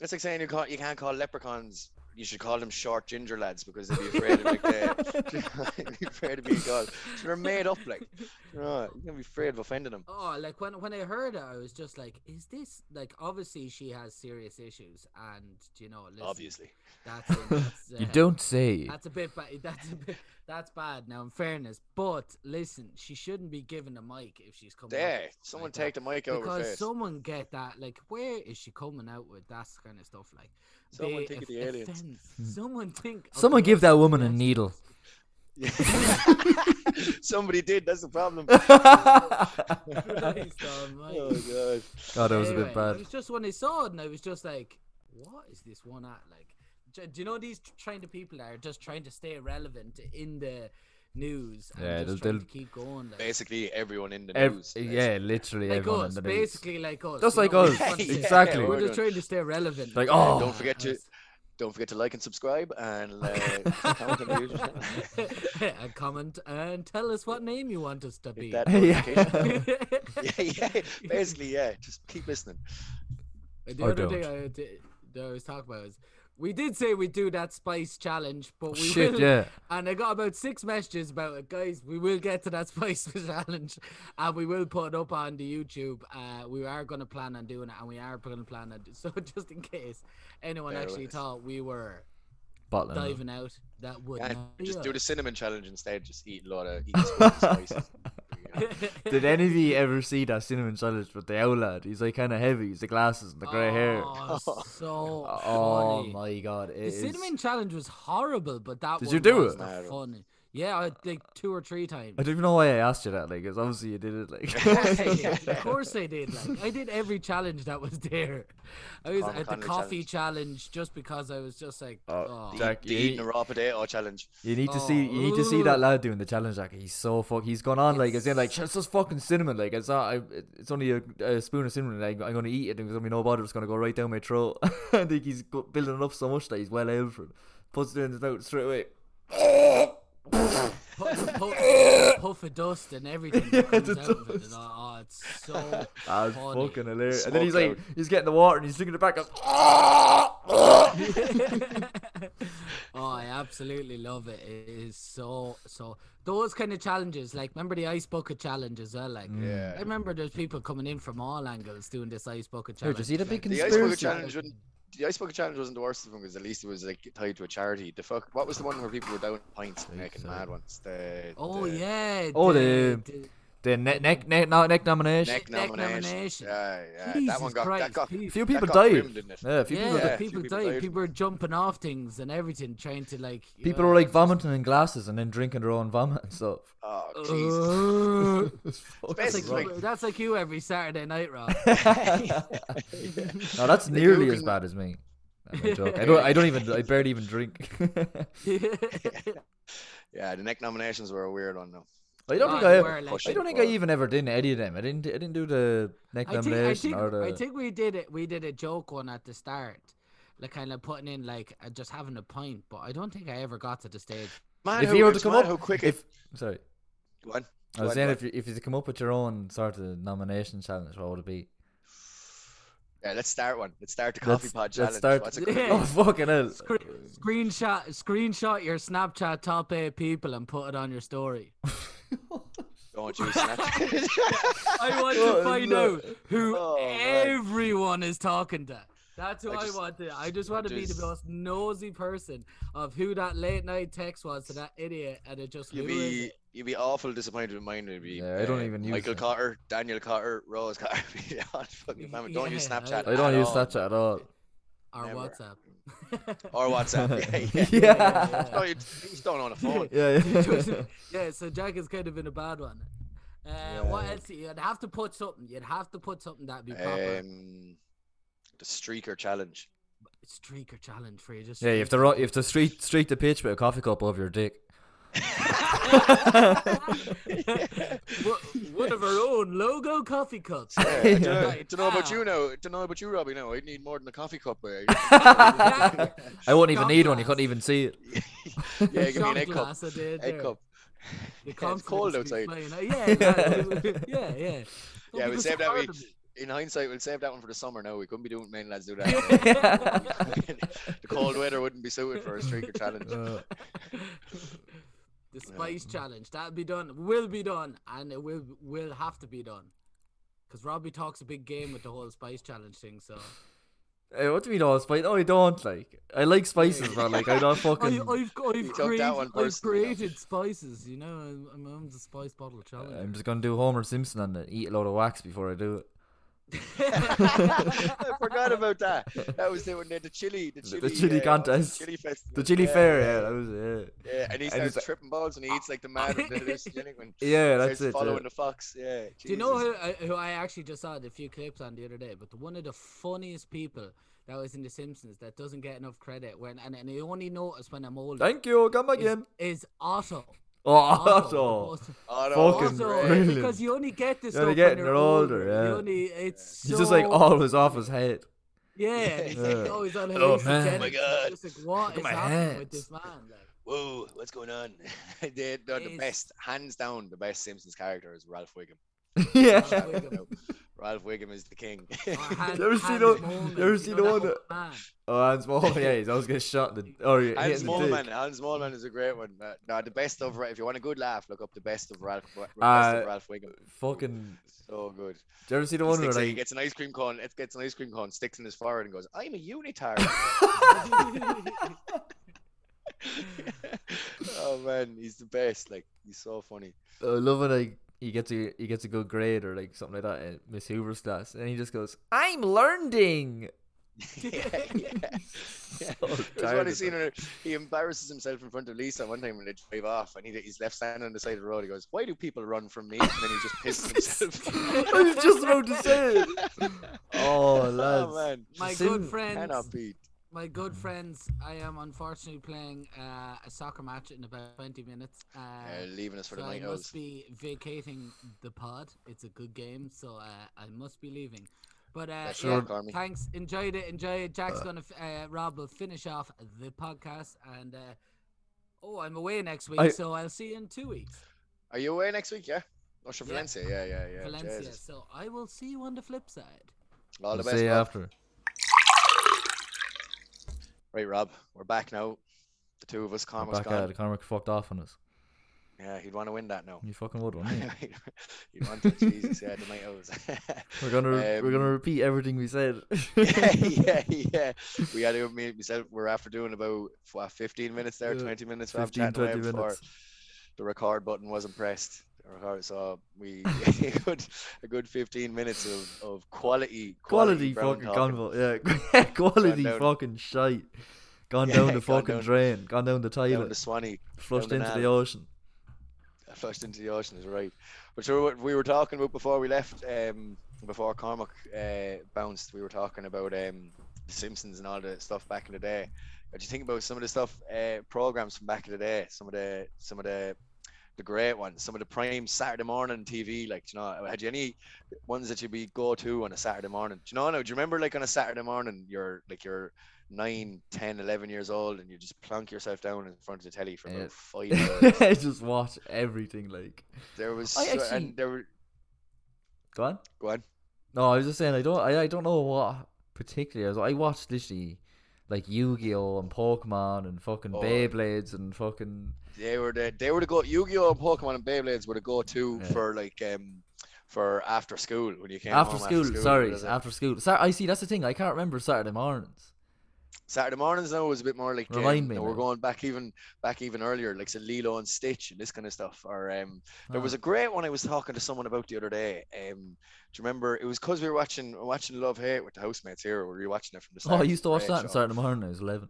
It's like saying you can't you can't call leprechauns. You should call them short ginger lads because they'd be afraid of like the, they'd be afraid of being called. So they're made up like. You know, you're gonna be afraid of offending them.
oh like when when i heard it i was just like is this like obviously she has serious issues and you know listen,
Obviously.
that's, a- that's
You
uh,
don't say.
That's a bit bad. That's a bit, that's bad. Now, in fairness, but listen, she shouldn't be given a mic if she's coming. out
Yeah,
with stuff
someone
like
take
that.
the mic over
because
face.
someone get that. Like, where is she coming out with that kind of stuff? Like,
Someone
they
think of
off-
the aliens.
offense. Someone think. of
Hmm. Someone
the
give that woman a
aliens.
needle.
Somebody did. That's the problem.
God,
Christ almighty.
Oh
that
god.
was a
Anyway,
bit
It
bad.
was just when I saw it, and I was just like, "What is this one at?" Like, do do you know these tr- trying to people that are just trying to stay relevant in the news. And
Yeah,
yeah,
they'll-
just trying
they'll-
to keep going. Like,
Basically, everyone in the
Ev-
news.
yeah, literally
like
everyone
us,
in the news.
basically like us.
Just
you
like
know,
us,
we're just-
exactly.
We're
We're
just trying to stay relevant.
Like,
Yeah,
oh.
Don't forget to- Don't forget to like and subscribe and uh, comment on the YouTube channel.
and comment and tell us what name you want us to
Hit
be.
that
Yeah.
notification bell. yeah, yeah, basically, yeah. Just keep listening.
the
Or
other thing
don't.
I, did, that I was talking about is we did say we do that spice challenge, but we
Shit,
will,
yeah.
and I got about six messages about it, guys. We will get to that spice challenge, and we will put it up on the YouTube. Uh, we are going to plan on doing it, and we are going to plan on. So just in case anyone
Bear with
actually
us.
thought we were
Bottling. it.
diving out, that would
And
not
just
be
do the
us.
cinnamon
cinnamon.
challenge instead. Just eat a lot of eat a spoon of spices.
Did any of you ever see that cinnamon challenge with the owl lad? He's like kind of heavy. He's the glasses and the grey hair.
Oh, so
Oh
funny.
my god! it
The
is-
cinnamon challenge was horrible, but that
Did
one
you do
was
it?
the
No.
fun. Yeah, I think two or three times.
I don't even know why I asked you that. Like, 'cause obviously you did it.
course I did. Of
Like,
course I did. Like I did every challenge that was there. I was
Conor
at the
Connolly
coffee challenge just because I was just like,
Oh,
oh,
The,
Jack,
the
you-
eating a raw potato challenge.
you need to see. You need to see that lad doing the challenge. Like, he's so fuck. He's gone on like, as in like, it's just fucking cinnamon. Like, it's not. I, it's only a, a spoon of cinnamon. Like, I'm gonna eat it. There's gonna be no bother. It's gonna go right down my throat. I think he's go- building it up so much that he's well out for it. Puts it in his mouth straight away.
puff, puff, puff of dust and everything that
Yeah,
comes
the
out of it.
dust.
And, oh, it's so
That's
funny.
fucking hilarious.
Smoke
and then he's like,
cloud.
he's getting the water and he's looking at the back. Goes,
oh, I absolutely love it. It is so so those kind of challenges. Like remember the ice bucket challenge as well. Like I
Mm. Yeah.
remember there's people coming in from all angles doing this ice bucket
Here,
challenge.
just eat a big
The ice bucket
conspiracy.
challenge wouldn't. The ice bucket challenge wasn't the worst of them because at least it was like tied to a charity. The fuck, what was the one where people were down pints and making
Exactly.
mad ones? The,
Oh
the
yeah.
Oh,
the-
the-
the-
The neck, neck, neck, no, neck nomination.
neck
Neck nomination.
nomination. Yeah, yeah.
Jesus
that one got
Christ,
that got.
people-
A few
that
people
got
died.
grimmed, didn't it?
Yeah, a few
yeah,
people.
died.
the
Died.
a few
people
people
died.
died.
People were jumping off things and everything, trying to like.
People
uh,
were like vomiting in glasses and then drinking their own vomit and stuff.
Oh
Uh.
Jesus!
"Ugh."
It's fucking
that's,
right.
Basically,
like you,
like-
that's like you every Saturday night, Rob.
no, that's
Like,
nearly
who
as
can-
bad as me. I'm a joke. I don't. I don't even. I barely even drink. I
Yeah, the neck nominations were a weird one though.
don't
Oh,
think
you
I.
were, like-
I don't think I even ever did any of them. I didn't. I didn't do the neck
I think, I,
nomination
think,
or the.
I think we did it. We did a joke one at the start, like kind of putting in like uh, just having a pint. But I don't think I ever got to the stage.
Man,
if
who,
you were
it's
to come up,
mad how quick
if
it.
sorry,
Go on.
I was
What-
saying
what-
if you, if you come up with your own sort of nomination challenge, what would it be?
Yeah, let's start one. Let's start the
Let's-
coffee pod
let's
challenge.
start-
What's it called?
Yeah.
Oh fucking hell!
Scre-
Uh,
screenshot, screenshot your Snapchat top eight people and put it on your story.
Don't you Snapchat?
I want
Oh,
to find
no.
out who
Oh, man.
everyone is talking to. That's who
I
I,
just-
want to. I just
I
want to be
just-
the most nosy person of who that late night text was to that idiot, and it just
You'd
who is
be
it?
you'd be awful disappointed with mine. It'd be uh,
Yeah, I don't even use
Michael
it.
Cotter, Daniel Cotter, Rose Cotter. Yeah, fucking famine. Don't use
Yeah,
Snapchat.
I don't
at
use
all.
Snapchat at all.
or
Never. Oh,
WhatsApp.
or WhatsApp. Yeah, yeah.
yeah,
No, you just don't own a phone.
yeah, yeah.
yeah, so Jack has kind of been a bad one. Uh, What else? You'd have to put something. You'd have to put something that'd be proper.
Um, the streaker challenge.
Streaker challenge for you. Just
Yeah, you have to ru- you have to streak streak the pitch with a coffee cup over your dick.
Wo- one of our own logo coffee cups.
Yeah, I don't know,
Right,
don't know about
ah.
you now. Don't know about you, Robbie. Now I'd need more than a coffee cup. eh?
I won't even
Shot
need one. You
glass.
couldn't even see it.
yeah, give me an
Shot
egg cup.
glass I did
Egg
there.
cup.
The
Yeah, it's cold
confidence
outside.
be flying out. Yeah, exactly. yeah, yeah. Don't
Yeah,
be
we'll
so
save that.
hard
We,
on me.
in hindsight, we'll save that one for the summer. Now we couldn't be doing main lads do that. the cold weather wouldn't be suited for a streaker challenge.
Uh,
The spice challenge that'll be done, will be done, and it will will have to be done. Because Robbie talks a big game with the whole spice challenge thing, so
eh, what do you mean all spice? No, I don't like. I like spices, man. Like I don't
I,
fucking.
I've I've
took that
created,
one
I've
personally, though.
created spices. You know, I'm, I'm on the spice bottle challenge.
I'm just gonna do Homer Simpson and then eat a lot of wax before I do it.
I forgot about that. That was the when they had the chili, the
The-
chili,
the chili
uh, what was it?
contest.
chili festival.
The chili
yeah,
fair,
yeah,
yeah, that was it.
yeah. And he
And it's
starts
like-
tripping balls and he eats like the mad and then it's genuine.
Yeah, that's
Starts
it.
Following
yeah.
the fox, yeah.
Do you know
Jesus.
who I, who I actually just saw a few clips on the other day? But one of the funniest people that was in The Simpsons that doesn't get enough credit when and, and I only notice when I'm older
Thank you. Come
is,
again.
is Otto.
Oh, Otto.
Otto
Fucking
Oh, was
also,
great.
brilliant.
because you only get this
You only
stuff
get
when
it
you're
when you're older, yeah.
You only, it's
He's just like
so-
always off his head.
Yeah, he's like
Yeah.
always on
Oh,
hallucinogens.
man. Oh
my
It's
God.
Just like, what
at
is
my
happening with
hands.
this man? Like,
Whoa, what's going on? they, they're the
Jeez.
best, hands down, the best Simpsons character is Ralph Wiggum.
yeah.
Ralph
Wiggum.
Wiggum. Ralph Wiggum is the king.
oh, hand-
You ever seen
hand
all-
moment,
you ever seen
know,
all
that
the-
old man.
Oh, Hans Moleman. Yeah, he's always getting shot in the. Or hit
Hans
in the dick.
Moleman, Hans Moleman is a great one. Uh, no, the best of Ra- if you want a good laugh, look up the best of Ralph. Best
Uh,
of Ralph Wiggum.
Fucking.
So good.
Do you ever see the
He
one where
sticks a- he
like
gets an ice cream cone. It gets an ice cream cone, sticks in his forehead, and goes, "I'm a unitard." oh man, he's the best. Like he's so funny.
I love when like he gets a he gets a good grade or like something like that in Miss Hoover's class, and he just goes, "I'm learning."
yeah, yeah. yeah.
So
There's
tired
one I
of
seen
that.
where he embarrasses himself in front of Lisa one time when they drive off, and he, he's left standing on the side of the road. He goes, "Why do people run from me?" And then he just pisses himself.
I was just about to say it. Oh, lads.
man,
My
Sim-
good friends,
cannot beat.
my good friends. I am unfortunately playing uh, a soccer match in about 20 minutes. Uh,
Uh, leaving us for
so
the
I
night
must
oh,
owls.
be vacating the pod. It's a good game, so uh, I must be leaving. But uh,
That's
yeah,
right, Carmi.
thanks. Enjoyed it. Enjoy it. Jack's gonna. F- uh, Rob will finish off the podcast, and uh, oh, I'm away next week,
I-
so I'll see you in two weeks,
Are you away next week? Yeah. Oh, sure,
Yeah.
Valencia. Yeah, yeah, yeah.
Valencia.
Jesus.
So I will see you on the flip side.
All the best.
See uh, you
Rob.
after.
Right, Rob. We're back now. The two of us.
I'm
Karma's
back out.
gone.
Cormac fucked off on us.
Yeah, he'd want to win that now.
You fucking would, wouldn't you?
he'd want to. Jesus. Yeah, the night owls.
We're gonna we're
Um,
gonna repeat everything we said.
yeah, yeah, yeah. We had to me myself. We're after doing about what, 15 minutes there,
Yeah,
20 minutes.
15,
15, 20
20
minutes. Before
minutes.
the record button wasn't pressed. The record, so we a good a good 15 minutes of, of quality
quality
brown
fucking
talking.
convo. Yeah, quality
down-
fucking shite. Gone
Yeah,
down the
gone
fucking
down-
drain. Gone down the
Down
toilet.
to Swanee.
flushed
down the
into the
nal.
ocean.
I flushed into the ocean is right. But sure, what we were talking about before we left, um, before Cormac uh, bounced, we were talking about um, the Simpsons and all the stuff back in the day. What do you think about some of the stuff uh, programs from back in the day? Some of the some of the the great ones, some of the prime Saturday morning TV. Like, do you know, had you any ones that you'd be go to on a Saturday morning? Do you know? No, do you remember like on a Saturday morning, you're like you're. 9, 10, 11 years old, and you just plonk yourself down in front of the telly for
Yeah.
about five hours.
Just watch everything. Like,
There was
I
so-
actually-
and there were
go on.
go on.
No, I was just saying I don't I, I don't know what particularly I, was, I watched literally like Yu-Gi-Oh and Pokemon and fucking
Oh.
Beyblades and fucking
They were the they were the go Yu-Gi-Oh and Pokemon and Beyblades were the go-to
Yeah.
for like um for after school when you came
after
home
school,
After school uh,
sorry,
that's it.
after school. Sat- I see that's the thing. I can't remember Saturday mornings.
Saturday mornings now was a bit more like um,
Remind me
we're
now.
going back even back even earlier like so Lilo and Stitch and this kind of stuff or um there was
Ah.
a great one I was talking to someone about the other day um do you remember it was because we were watching watching Love Hate with the housemates here we were watching it from the
Oh,
start
I used to watch that on
Great show.
Saturday morning. I was 11.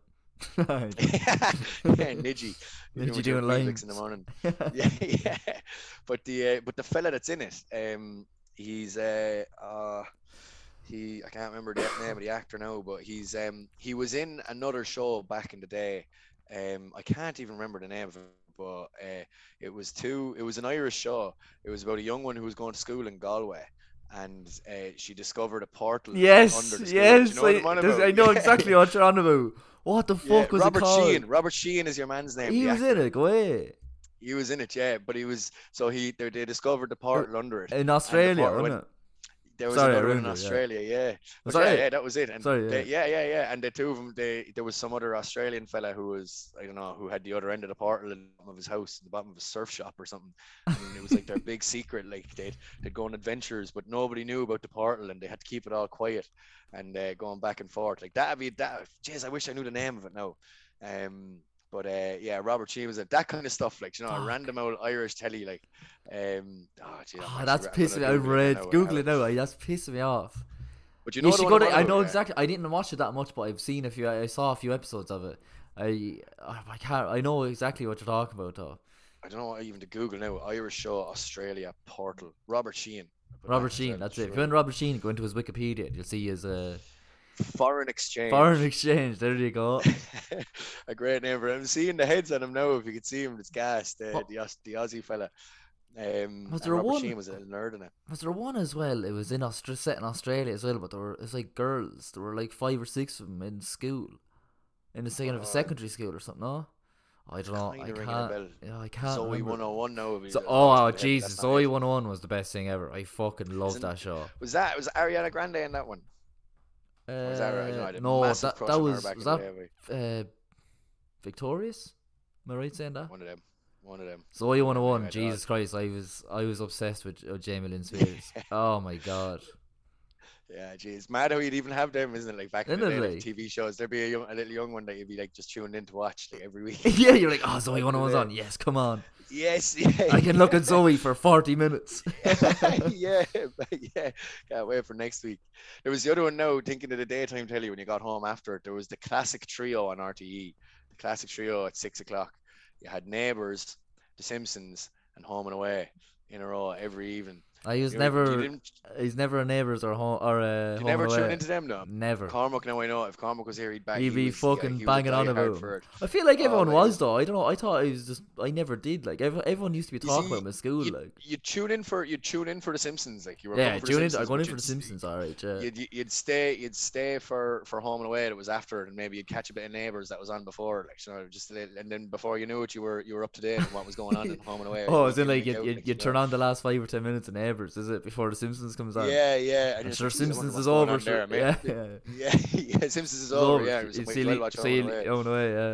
yeah Nidji
Nidji
with your
doing
Weetabix in
lines.
the morning yeah, yeah. But the uh, but the fella that's in it, um, he's uh, uh, he I can't remember the name of the actor now, but he's um, he was in another show back in the day. Um, I can't even remember the name of it, but uh, it was two. It was an Irish show. It was about a young one who was going to school in Galway. And uh, she discovered a portal.
yes,
under the school. Do
yes.
you know what
I,
I'm on
this-
about?
I know
Yeah.
exactly what you're on about. What the fuck
Yeah,
was
Robert
it called?
Sheehan. Robert Sheehan is your man's name.
He
the
was in it. Go away.
he was in it, yeah, but he was so he they, they discovered the portal under it.
In Australia,
part
wasn't
went-
it?
There was
sorry, I
another one in
ruined it, yeah.
Australia, yeah.
Was
But yeah,
that it?
yeah, that was it. And
Sorry,
they- yeah. yeah, yeah, And the two of them, they there was some other Australian fella who was I don't know who had the other end of the portal in the bottom of his house, in the bottom of a surf shop or something. And it was like their big secret, like they'd they'd go on adventures, but nobody knew about the portal, and they had to keep it all quiet and uh, going back and forth. Like that'd be that. Jeez, I wish I knew the name of it now. Um, but uh, yeah, Robert Sheen was it. That kind of stuff, like you know, a
Fuck.
random old Irish telly, like. Um, oh, gee, I'm
Oh,
actually
that's
ra- I'm gonna
pissing me
Google
off.
it
Red.
now, how
Google
it-
it now. eh? That's pissing me off.
But you
You,
know, the
should
one
go
I'm
to.
on
I
about,
know
yeah.
exactly. I didn't watch it that much, but I've seen a few. I saw a few episodes of it. I I can't. I know exactly what you're talking about though.
I don't know what even to Google now. Irish Show Australia Portal. Robert Sheehan. I'll put that
Robert
in
Sheen.
search,
That's it. If you
sure.
went Robert Sheen, go into his Wikipedia. You'll see his uh
Foreign exchange.
Foreign exchange. There you go.
a great name for him. I'm seeing the heads on him now. If you could see him, it's gassed. Uh,
What-
the, Aus- the Aussie fella. Um,
Was
and
there
Robert
one-
Sheen was a nerd in it.
Was there one as well? It was in Austra- set in Australia as well, but there were it was like girls. There were like five or six of them in school, in the second of a
Oh.
secondary school or something. No, I don't know. Oh, I
Kinda ringing a
can't.
bell.
Yeah, I can't.
Zoe
remember.
101 now. if you-
So,
off
oh
the top of your head,
Jesus,
that's not
Zoe
it.
101 was the best thing ever. I fucking loved
Isn't-
that show.
Was that was Ariana Grande in that one? Or was that right? No, I
Uh,
had a
no,
massive
that
crush
that
on her
was,
back
was
in the
that
day,
uh, victorious. Am I right saying that?
but one of them. One of them.
Zoe 101,
God.
Jesus Christ, I was I was obsessed with uh, Jamie Lynn Spears. oh my god.
Yeah, geez, mad how you'd even have them, isn't it? Like back in the
Isn't
day,
it,
like,
like?
TV shows, there'd be a, young, a little young one that you'd be like just tuned in to watch like every week.
yeah, you're like, oh, Zoe
Back in the
101's
day.
on. Yes, come on.
yes, yeah,
I can look at Zoe for 40 minutes.
yeah, but yeah. Can't wait for next week. There was the other one now, thinking of the daytime telly when you got home after it. There was the classic trio on RTE. The classic trio at six o'clock. You had Neighbours, The Simpsons, and Home and Away in a row every evening.
I was
You ever- you
never,
didn't-
he's never a neighbours or home or a
you
home
never
and away.
tuned into them though.
Never.
Cormac, now I know if Cormac was here, he'd back.
He'd
he
be
was- yeah,
fucking
he would
banging
die
on
hard
about
for it.
I feel like
Oh,
everyone
like-
was though. I don't know. I thought I was just. I never did. Like ev- everyone used to be
You
talking
see,
about him at school.
you-
like
you tune in for you tune in for the Simpsons, like you were.
yeah,
coming for
tune
the
in. I'm
Simpsons,
going in
but
for the
you'd-
Simpsons. All right. Yeah.
You'd, you'd stay you'd stay for for home and away that was after, it, and maybe you'd catch a bit of Neighbours that was on before, like you know, just a little- and then before you knew it, you were you were up to date on what was going on in home and away.
oh,
week
as in
in,
like
week
you
out,
you,
like,
you
know.
turn on the last five or ten minutes of Neighbours, is it before the Simpsons comes on?
Yeah, yeah.
And
you're
sure,
just like, "Jeez, I
Simpsons
wonder
is
what's going
over.
on there,
Sure.
mate."
Yeah, yeah.
yeah, yeah. Simpsons is over. Yeah, it was
It's
like, well,
silly.
watch Home and Away.
Silly. Own away. Yeah.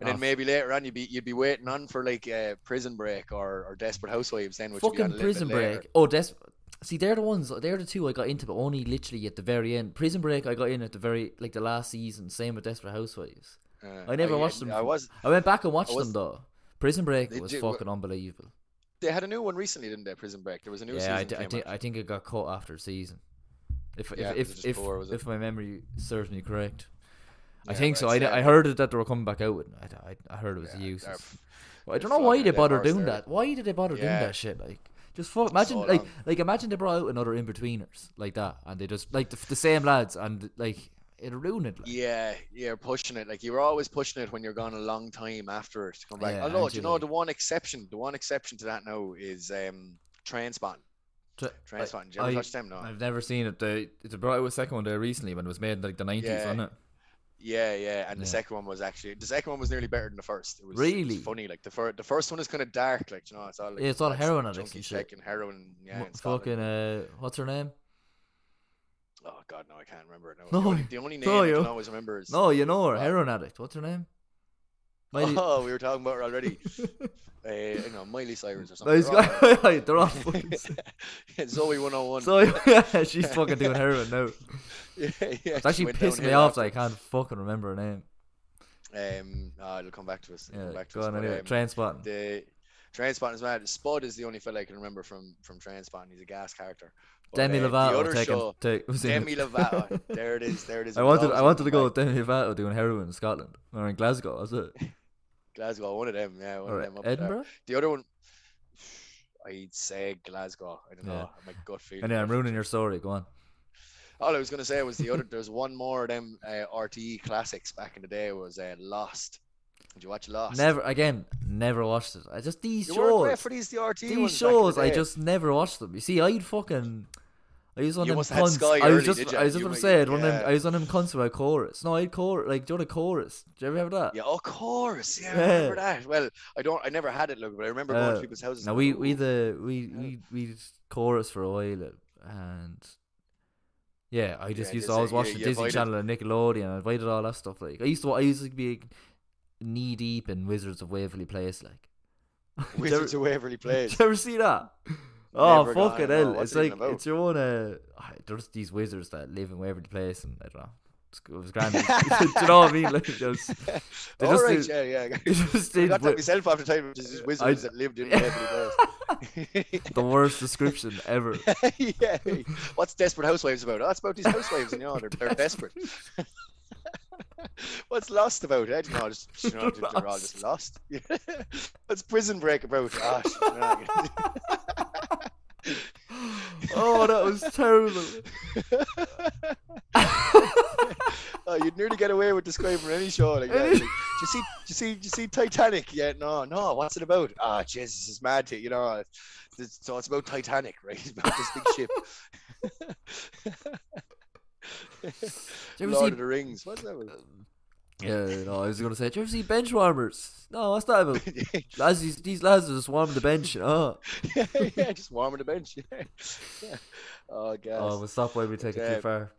And then
Oh,
maybe later on, you'd be you'd be waiting on for like uh, Prison Break or, or Desperate Housewives. Then which would be on a
Fucking Prison
little bit later.
Break. Oh, that's. See, they're the ones. They're the two I got into, but only literally at the very end. Prison Break, I got in at the very like the last season. Same with Desperate Housewives.
Uh,
I never watched them
I
from-
was.
I went back and watched
was-
them though. Prison Break
They
was
do- uh,
fucking unbelievable.
They had a new one recently, didn't they? Prison Break. There was a new
Yeah, I,
season.
thi- I,
came
think, I think it got caught after a season. If
Yeah, was it
if
just
if
four, was
if,
it?
if my memory serves me correct, I
Yeah,
think so.
right,
I, d-
yeah.
I heard it that they were coming back out with. it. I, I, I heard it was
out.
the
Yeah,
useless.
they're-
Well, I
they're
don't know why
flogging
they
a dead
bother
horse
doing
there.
that. Why did they bother doing
Yeah.
that shit? Like, just fuck. Imagine
so
like
long.
like imagine they brought out another in betweeners like that, and they just like the, the same lads, and like it ruined it. Like.
Yeah, yeah, pushing it. Like you were always pushing it when you're gone a long time after it to come back.
Yeah,
Although,
aren't
do you
you,
know
like-
the one exception? The one exception to that now is um Transpon.
Tra- I-
Transpon. Did you ever
I-
watch them? No.
I've never seen it. They, they brought out a second one there recently when it was made in like the nineties,
Yeah.
wasn't it?
Yeah, yeah. And the
Yeah.
second one was actually the second one was nearly better than the first. It was, it was
Really?
funny. Like the first, the first one is kind of dark. Like you know, it's all like
Yeah, it's all
lads
heroin addicts
junkie
and shit.
shack and heroin. Yeah,
Wha-
in Scotland.
fucking uh, what's her name?
Oh God, no, I can't remember it now.
No,
the only, the only name
no,
I
you-
can always remember is
No, you know her,
Uh,
heroin addict. What's her name? Miley.
Oh, we were talking about her already. uh, you know, Miley Cyrus or
No, he's
something. They're all
got- they're all fucking.
right. Zoe 101.
So she's fucking doing heroin now.
yeah, yeah,
It's actually
went
pissed me
downhill
off that I
after.
can't fucking remember her name.
Um, oh, it'll come back to us. It'll
Yeah,
come back to
go
us.
on
but,
anyway.
um,
Trainspotting.
the Transpot is mad. Spud is the only fella I can remember from from Transpot, and he's a gas character. But,
Demi
uh, the
Lovato
other
taking.
show,
take- was in it.
Demi Lovato. There it is. There it is.
I
It was
wanted
always
I
gonna
wanted to
come
go
back.
with Demi Lovato doing heroin in Scotland or in Glasgow, was it?
Glasgow, one of them. Yeah, one
Or
of them. Up there.
Edinburgh?
The other one, I'd say Glasgow. I don't
Yeah.
know. My gut feeling.
And yeah, I'm
but-
ruining your story. Go on.
All I was gonna say was the other. There's one more of them uh, RTE classics back in the day was uh, Lost. Did you watch Lost?
Never again. Never watched it. I just these
You weren't great
shows.
for these the RTE
These
ones back in the
shows, I
day.
just never watched them. You see, I'd fucking. I was on
You
them
must have had
cunts-
Sky
I was
early,
just,
did ya?
I was just
You
gonna
were-
say it. One of them,
yeah.
I was on them cunts about chorus. No, I had chorus. Like, do you know the chorus? Do you ever have that?
Yeah, of course. Yeah, I
Yeah.
remember that. Well, I don't. I never had it, look, but I remember going
Uh,
to people's houses.
Now
and
we
going,
we
"Ooh."
the we we we did chorus for a while uh, and yeah, I just used
Yeah, just,
to always
uh,
watch
you-
the
you
Disney
avoided-
Channel and Nickelodeon. I avoided all that stuff. Like I used to wa- I used to be knee deep in Wizards of Waverly Place. Like Do you ever-
Wizards of Waverly Place.
Did you ever see that? Oh
Never got
fucking
it, no.
hell!
What's
It's
it even
like
about?
it's your own. Uh, ah, there's these wizards that live in Waverly Place, and I don't know. It's, it was grand. Do you know what I mean? Like just, they
All
just
right,
did-
yeah, yeah.
they just
I
did
got
wi-
that myself after time. Which is these wizards
I-
that lived in Waverly Place.
the worst description ever.
yeah. What's Desperate Housewives about? Oh, it's about these housewives, and you know, they're, they're desperate. What's Lost about? Eh? You know, just, you know, they're all just lost. Yeah. What's Prison Break about? Ah, sh- you know,
oh, that was terrible.
Oh, you'd nearly get away with describing any show like that. Like, do you see? Do you see? Do you see Titanic? Yeah, no, no. What's it about? Ah, Jesus, it's mad. To, you know, it's, so it's about Titanic, right? It's about this big ship.
you ever
Lord
see-
of the Rings. What's that? about?
Yeah, no, I was gonna say, do you ever see bench warmers? No, what's that about?
yeah,
Lads, these, these lads are just warming the bench. Oh,
yeah, just warming the bench. Yeah. yeah. Oh god.
oh, we'll stop while we take it
Yeah.
too far.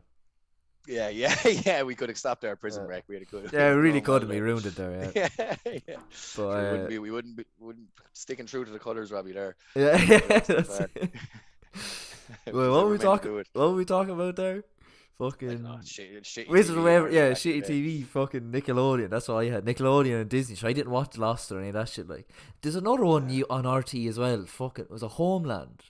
yeah, yeah, yeah. We could have stopped our prison
Yeah.
wreck. We had a good.
Yeah, we really
Oh,
could, and
my
we
lord.
ruined it there. Yeah,
Yeah, yeah.
but,
Sure, we
uh,
wouldn't be, we wouldn't be, wouldn't sticking true to the colours, Robbie. There.
yeah,
that's the
that's
bar.
it. Well,
It
what
was never
were we
meant to
talking?
do it.
What were we talking about there? Fucking
Oh, shit, shitty
Wizard of
TV
Waver,
back
yeah,
in the
shitty
day.
TV, fucking Nickelodeon. That's what I had. Nickelodeon and Disney. So I didn't watch Lost or any of that shit. Like, there's another one you on RT as well. Fuck it, it was a Homeland.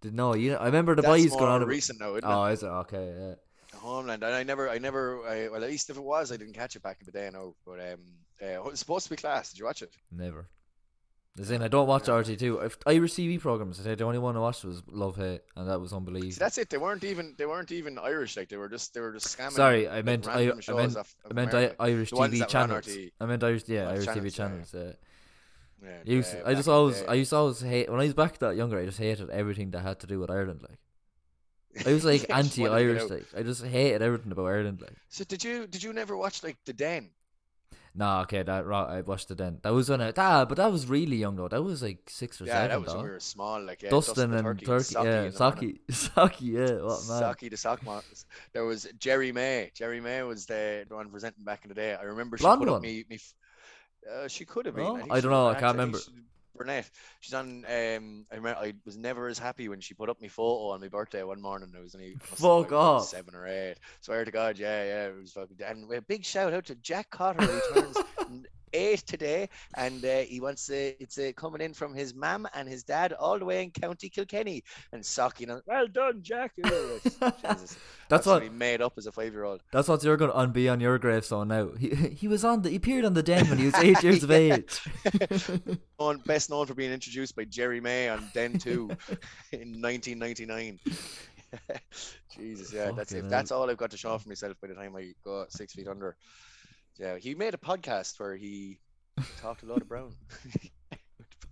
Did no, you? I remember the
That's
boys going
more
on. about-
recent now, isn't it?
Oh, is it okay? Yeah.
Homeland. And I never, I never, I, well, at least if it was, I didn't catch it back in the day. I know, but um, uh, it's supposed to be class. Did you watch it?
Never. As in, I don't watch RT two. If Irish TV programs, I said the only one I watched was Love Hate, and that was unbelievable.
See, that's it. They weren't even, they weren't even Irish. Like they were just, they were just scamming.
Sorry, I
like,
meant I,
random
I
shows
meant
off of
I meant I,
America.
Irish
The ones
TV
that were on
channels.
RT.
I meant Irish, yeah,
Oh,
Irish TV
channels,
channels. Yeah.
Yeah,
I used,
uh,
I
back in
just
the
always,
day.
I used to always hate when I was back that younger. I just hated everything that had to do with Ireland. Like I was like
Yeah, just wanted to get
anti-Irish.
out.
Like I just hated everything about Ireland. Like
So did you, did you never watch like The Den?
nah, okay, that right. I watched it then. That was when I ah, but that was really young though. That was like six or
Yeah,
seven.
that was when
though.
we were small. Like yeah,
Dustin
the
and
Turkey,
Turkey, yeah,
Socky and all that.
Saki, Saki, yeah, what man?
Socky the sock man. There was Jerry May. Jerry May was the, the one presenting back in the day. I remember she
Blonde
put
one?
up me. me f- uh, she could have been.
No?
think
I
she
don't
was
know, I
brunette.
can't
think
remember.
she's Brunette. She's on. Um, I remember. I was never as happy when she put up me photo on my birthday one morning. I was only must have been
Fuck
about
off.
seven or eight. Swear to God, yeah, yeah. It was fucking. And a big shout out to Jack Cotter. who turns n- eight today, and uh, he wants uh, it's uh, coming in from his mum and his dad all the way in County Kilkenny. And Socky, you know, well done, Jack. Jesus.
That's what.
Absolutely made up as a five year old.
That's what you're going to be on your gravestone now. He he was on the he appeared on the den when he was eight years of age.
Known, best known for being introduced by Jerry May on Den 2 in 1999. Jesus, yeah, that's
Fucking
if that's all I've got to show for myself by the time I got six feet under. Yeah, he made a podcast where he talked a lot of Brown.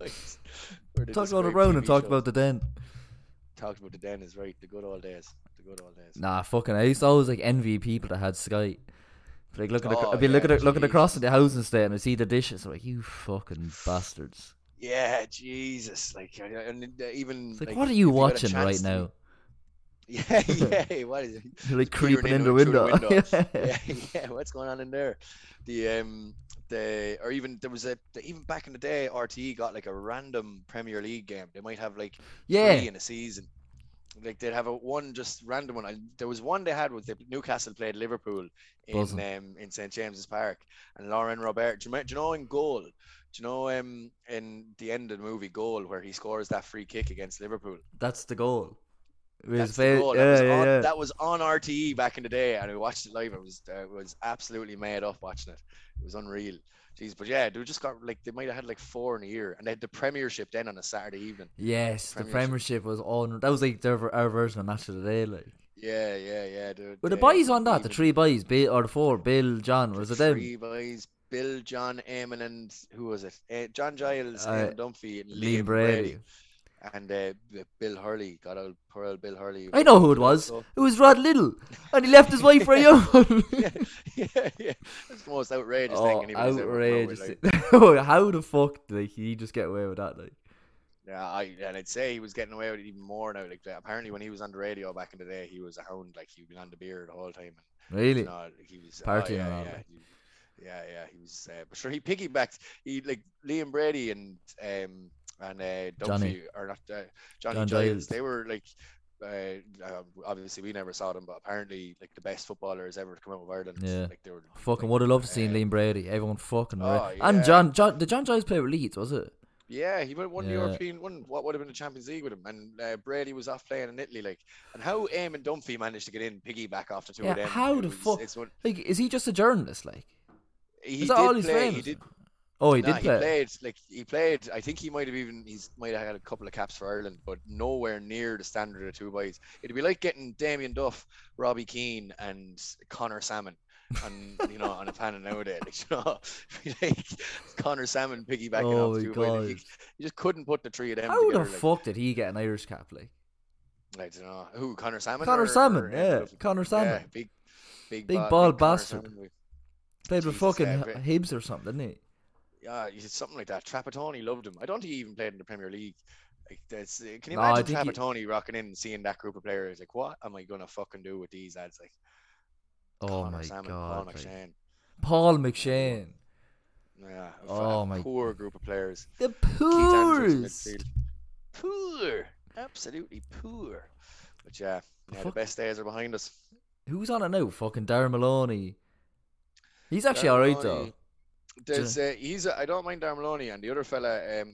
talked about Brown and talked about the den.
talked about the Den is right, the good old days, the good old days.
Nah, fucking. I used to always like envy people that had Sky. Like looking, ac-
Oh,
I'd be looking,
yeah,
at, looking
Jesus.
across at the housing estate and I see the dishes. I'm like, you fucking bastards!
Yeah, Jesus, like and- and even
It's like, what are you
if got a
watching right
chance to-
now?
Yeah, yeah, what is it?
You're like
peering
creeping in the
into it through the
window.
yeah, yeah, what's going on in there? The um the or even there was a the, even back in the day RTE got like a random Premier League game. They might have like
yeah,
three in a season. Like they'd have a one just random one. I, there was one they had with the Newcastle played Liverpool in
Buzzing.
um, in St James's Park and Lauren Robert. Do you, remember- do you know in goal? Do you know um in the end of the movie Goal where he scores that free kick against Liverpool?
that's the goal. It was
That's the
very-
goal.
yeah,
that, was
yeah,
on,
yeah.
that was on RTE back in the day, and we watched it live. It was uh, it was absolutely made up watching it. It was unreal. Jeez, but yeah, they just got like they might have had like four in a year, and they had the Premiership then on a Saturday evening.
Yes, the
Premiership.
Premiership was on. That was like their ver- our version of Match of the Day. Like,
Yeah, yeah, yeah. They,
were the
they-
boys on that? The
even-
three boys, Bill or the four, Bill, John, was it them?
Three boys: Bill, John, Eamon, and who was it? Uh, John Giles,
Uh,
Eamon Dunphy, and
Liam
Liam
Brady.
Brady, and uh, B- Bill Hurley. Got old poor old Bill Hurley.
I know who it was. It was Rod Little, and he left his wife for a young one.
yeah, yeah, yeah. That's the most outrageous
Oh,
thing anybody's ever come up with,
outrageous!
like.
How the fuck did he just get away with that? Like,
Yeah, I and I'd say he was getting away with it even more now. Like that. apparently, when he was on the radio back in the day, he was a hound. Like he'd been on the beer the whole time. And,
really?
you know, he was oh,
Partying
yeah,
and all
yeah,
that.
he- yeah, yeah, he was. Uh, but sure, he piggybacked. He like Liam Brady and um and uh,
Johnny.
Dunphy or not uh, Johnny
John
Giles.
Giles.
They were like. Uh, um, obviously, we never saw them, but apparently, like the best footballers ever to come out of Ireland.
Yeah.
Like they were.
Fucking
like,
would have loved to seen
uh,
Liam Brady. Everyone fucking
oh,
ra- and
yeah.
John. John did John Giles play with Leeds? Was it?
Yeah, he won one
Yeah.
European, one what would have been the Champions League with him, and uh, Brady was off playing in Italy, like. And how Aim and Dunphy managed to get in piggyback after two
Yeah,
of them?
how
it
the
was-
fuck-
It's one,
Like, is he just a journalist? Like,
he
is
did
that all he's
play.
famous
He did.
for? Oh, he
nah,
did
he
play.
played. Like he played. I think he might have even he's might have had a couple of caps for Ireland, but nowhere near the standard of two boys. It'd be like getting Damien Duff, Robbie Keane, and Connor Salmon. on you know on a panel nowadays. Like, you know, like Connor Salmon piggybacking
Oh
off
my
two by the- you,
God.
you just couldn't put the three of them
How the
together. like,
fuck did he get an Irish cap? Like
I don't know who Connor Salmon.
Connor
or-
Salmon,
or, uh,
yeah,
Duff-
Connor
yeah,
Salmon
big, big,
Big
bo-
ball
Connor
bastard.
Salmon.
played with
Jesus,
fucking
yeah,
H-
but-
Hibs or something, didn't he?
Yeah, he did something like that. Trapattoni loved him. I don't think he even played in the Premier League. Like, that's, uh, can you
No, I
imagine
think he-
Trapattoni rocking in and seeing that group of players? Like, what am I gonna fucking do with these lads? Like,
Oh
Connor
my
Salmon, Paul
god, like,
McShane.
Paul McShane,
Yeah, a f- a
Oh my-
poor group of players.
the
Keith Andrews
Poors.
in midfield. Poor, absolutely poor. But yeah, yeah the
fuck-
best days are behind us.
Who's on it now? Fucking Darren Maloney. He's actually
Darren
alright though.
Maloney. There's, uh, he's. A, I don't mind Darren Maloney and the other fella, um,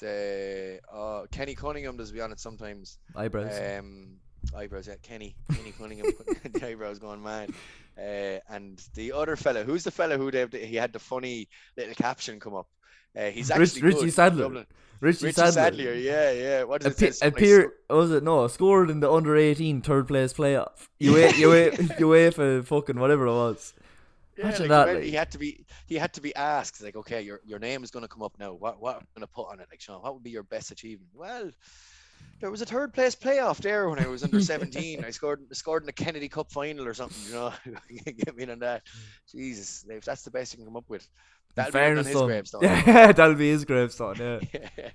the uh, Kenny Cunningham does be on it sometimes.
Eyebrows.
Um, eyebrows, yeah, Kenny, Kenny Cunningham, the eyebrows going mad. Uh, and the other fella, who's the fella who they, he had the funny little caption come up? Uh, he's
Rich-
actually
Richie
good,
Sadler.
Dublin.
Richie,
Richie
Sadler.
Sadler. yeah, yeah. What does
Appear,
it say? Something like
appear was it no scored in the under 18 third place playoff. You wait, you wait, you wait for fucking whatever it was.
Yeah,
Imagine
like,
that,
when
like.
He had to be. He had to be asked. Like, okay, your your name is going to come up now. What what I'm going to put on it? Like, Sean, what would be your best achievement? Well, there was a third place playoff there when I was under 17. I scored scored in the Kennedy Cup final or something. You know, get me in on that. Jesus, if that's the best you can come up with, that'll be written on his
son.
gravestone.
Yeah, that'll be his gravestone. Yeah.
yeah,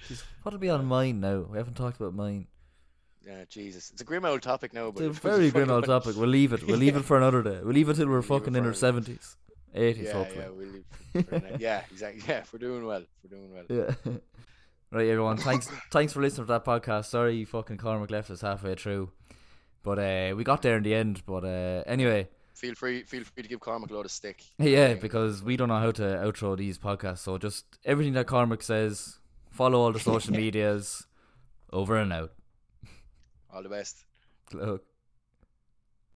Jeez, what'll be on mine now? We haven't talked about mine.
Yeah, Jesus, it's a grim old topic now.
It's
Oh, But
a
it was
very grim
fucking-
old topic. We'll leave it. We'll leave it for another day. We'll leave it till we're
Leave it
fucking in
for
our
another day.
seventies, eighties,
Yeah, yeah,
hopefully.
we'll leave for, for now. yeah, exactly. Yeah, if we're doing well, if we're doing well.
Yeah. right, everyone. Thanks, thanks for listening to that podcast. Sorry, fucking Cormac left us halfway through, but uh, we got there in the end. But uh, anyway,
Feel free, feel free to give Cormac a load of stick.
yeah,
Um,
because we don't know how to outro these podcasts, so just everything that Cormac says, follow all the social medias. Over and out.
All the best.
Look.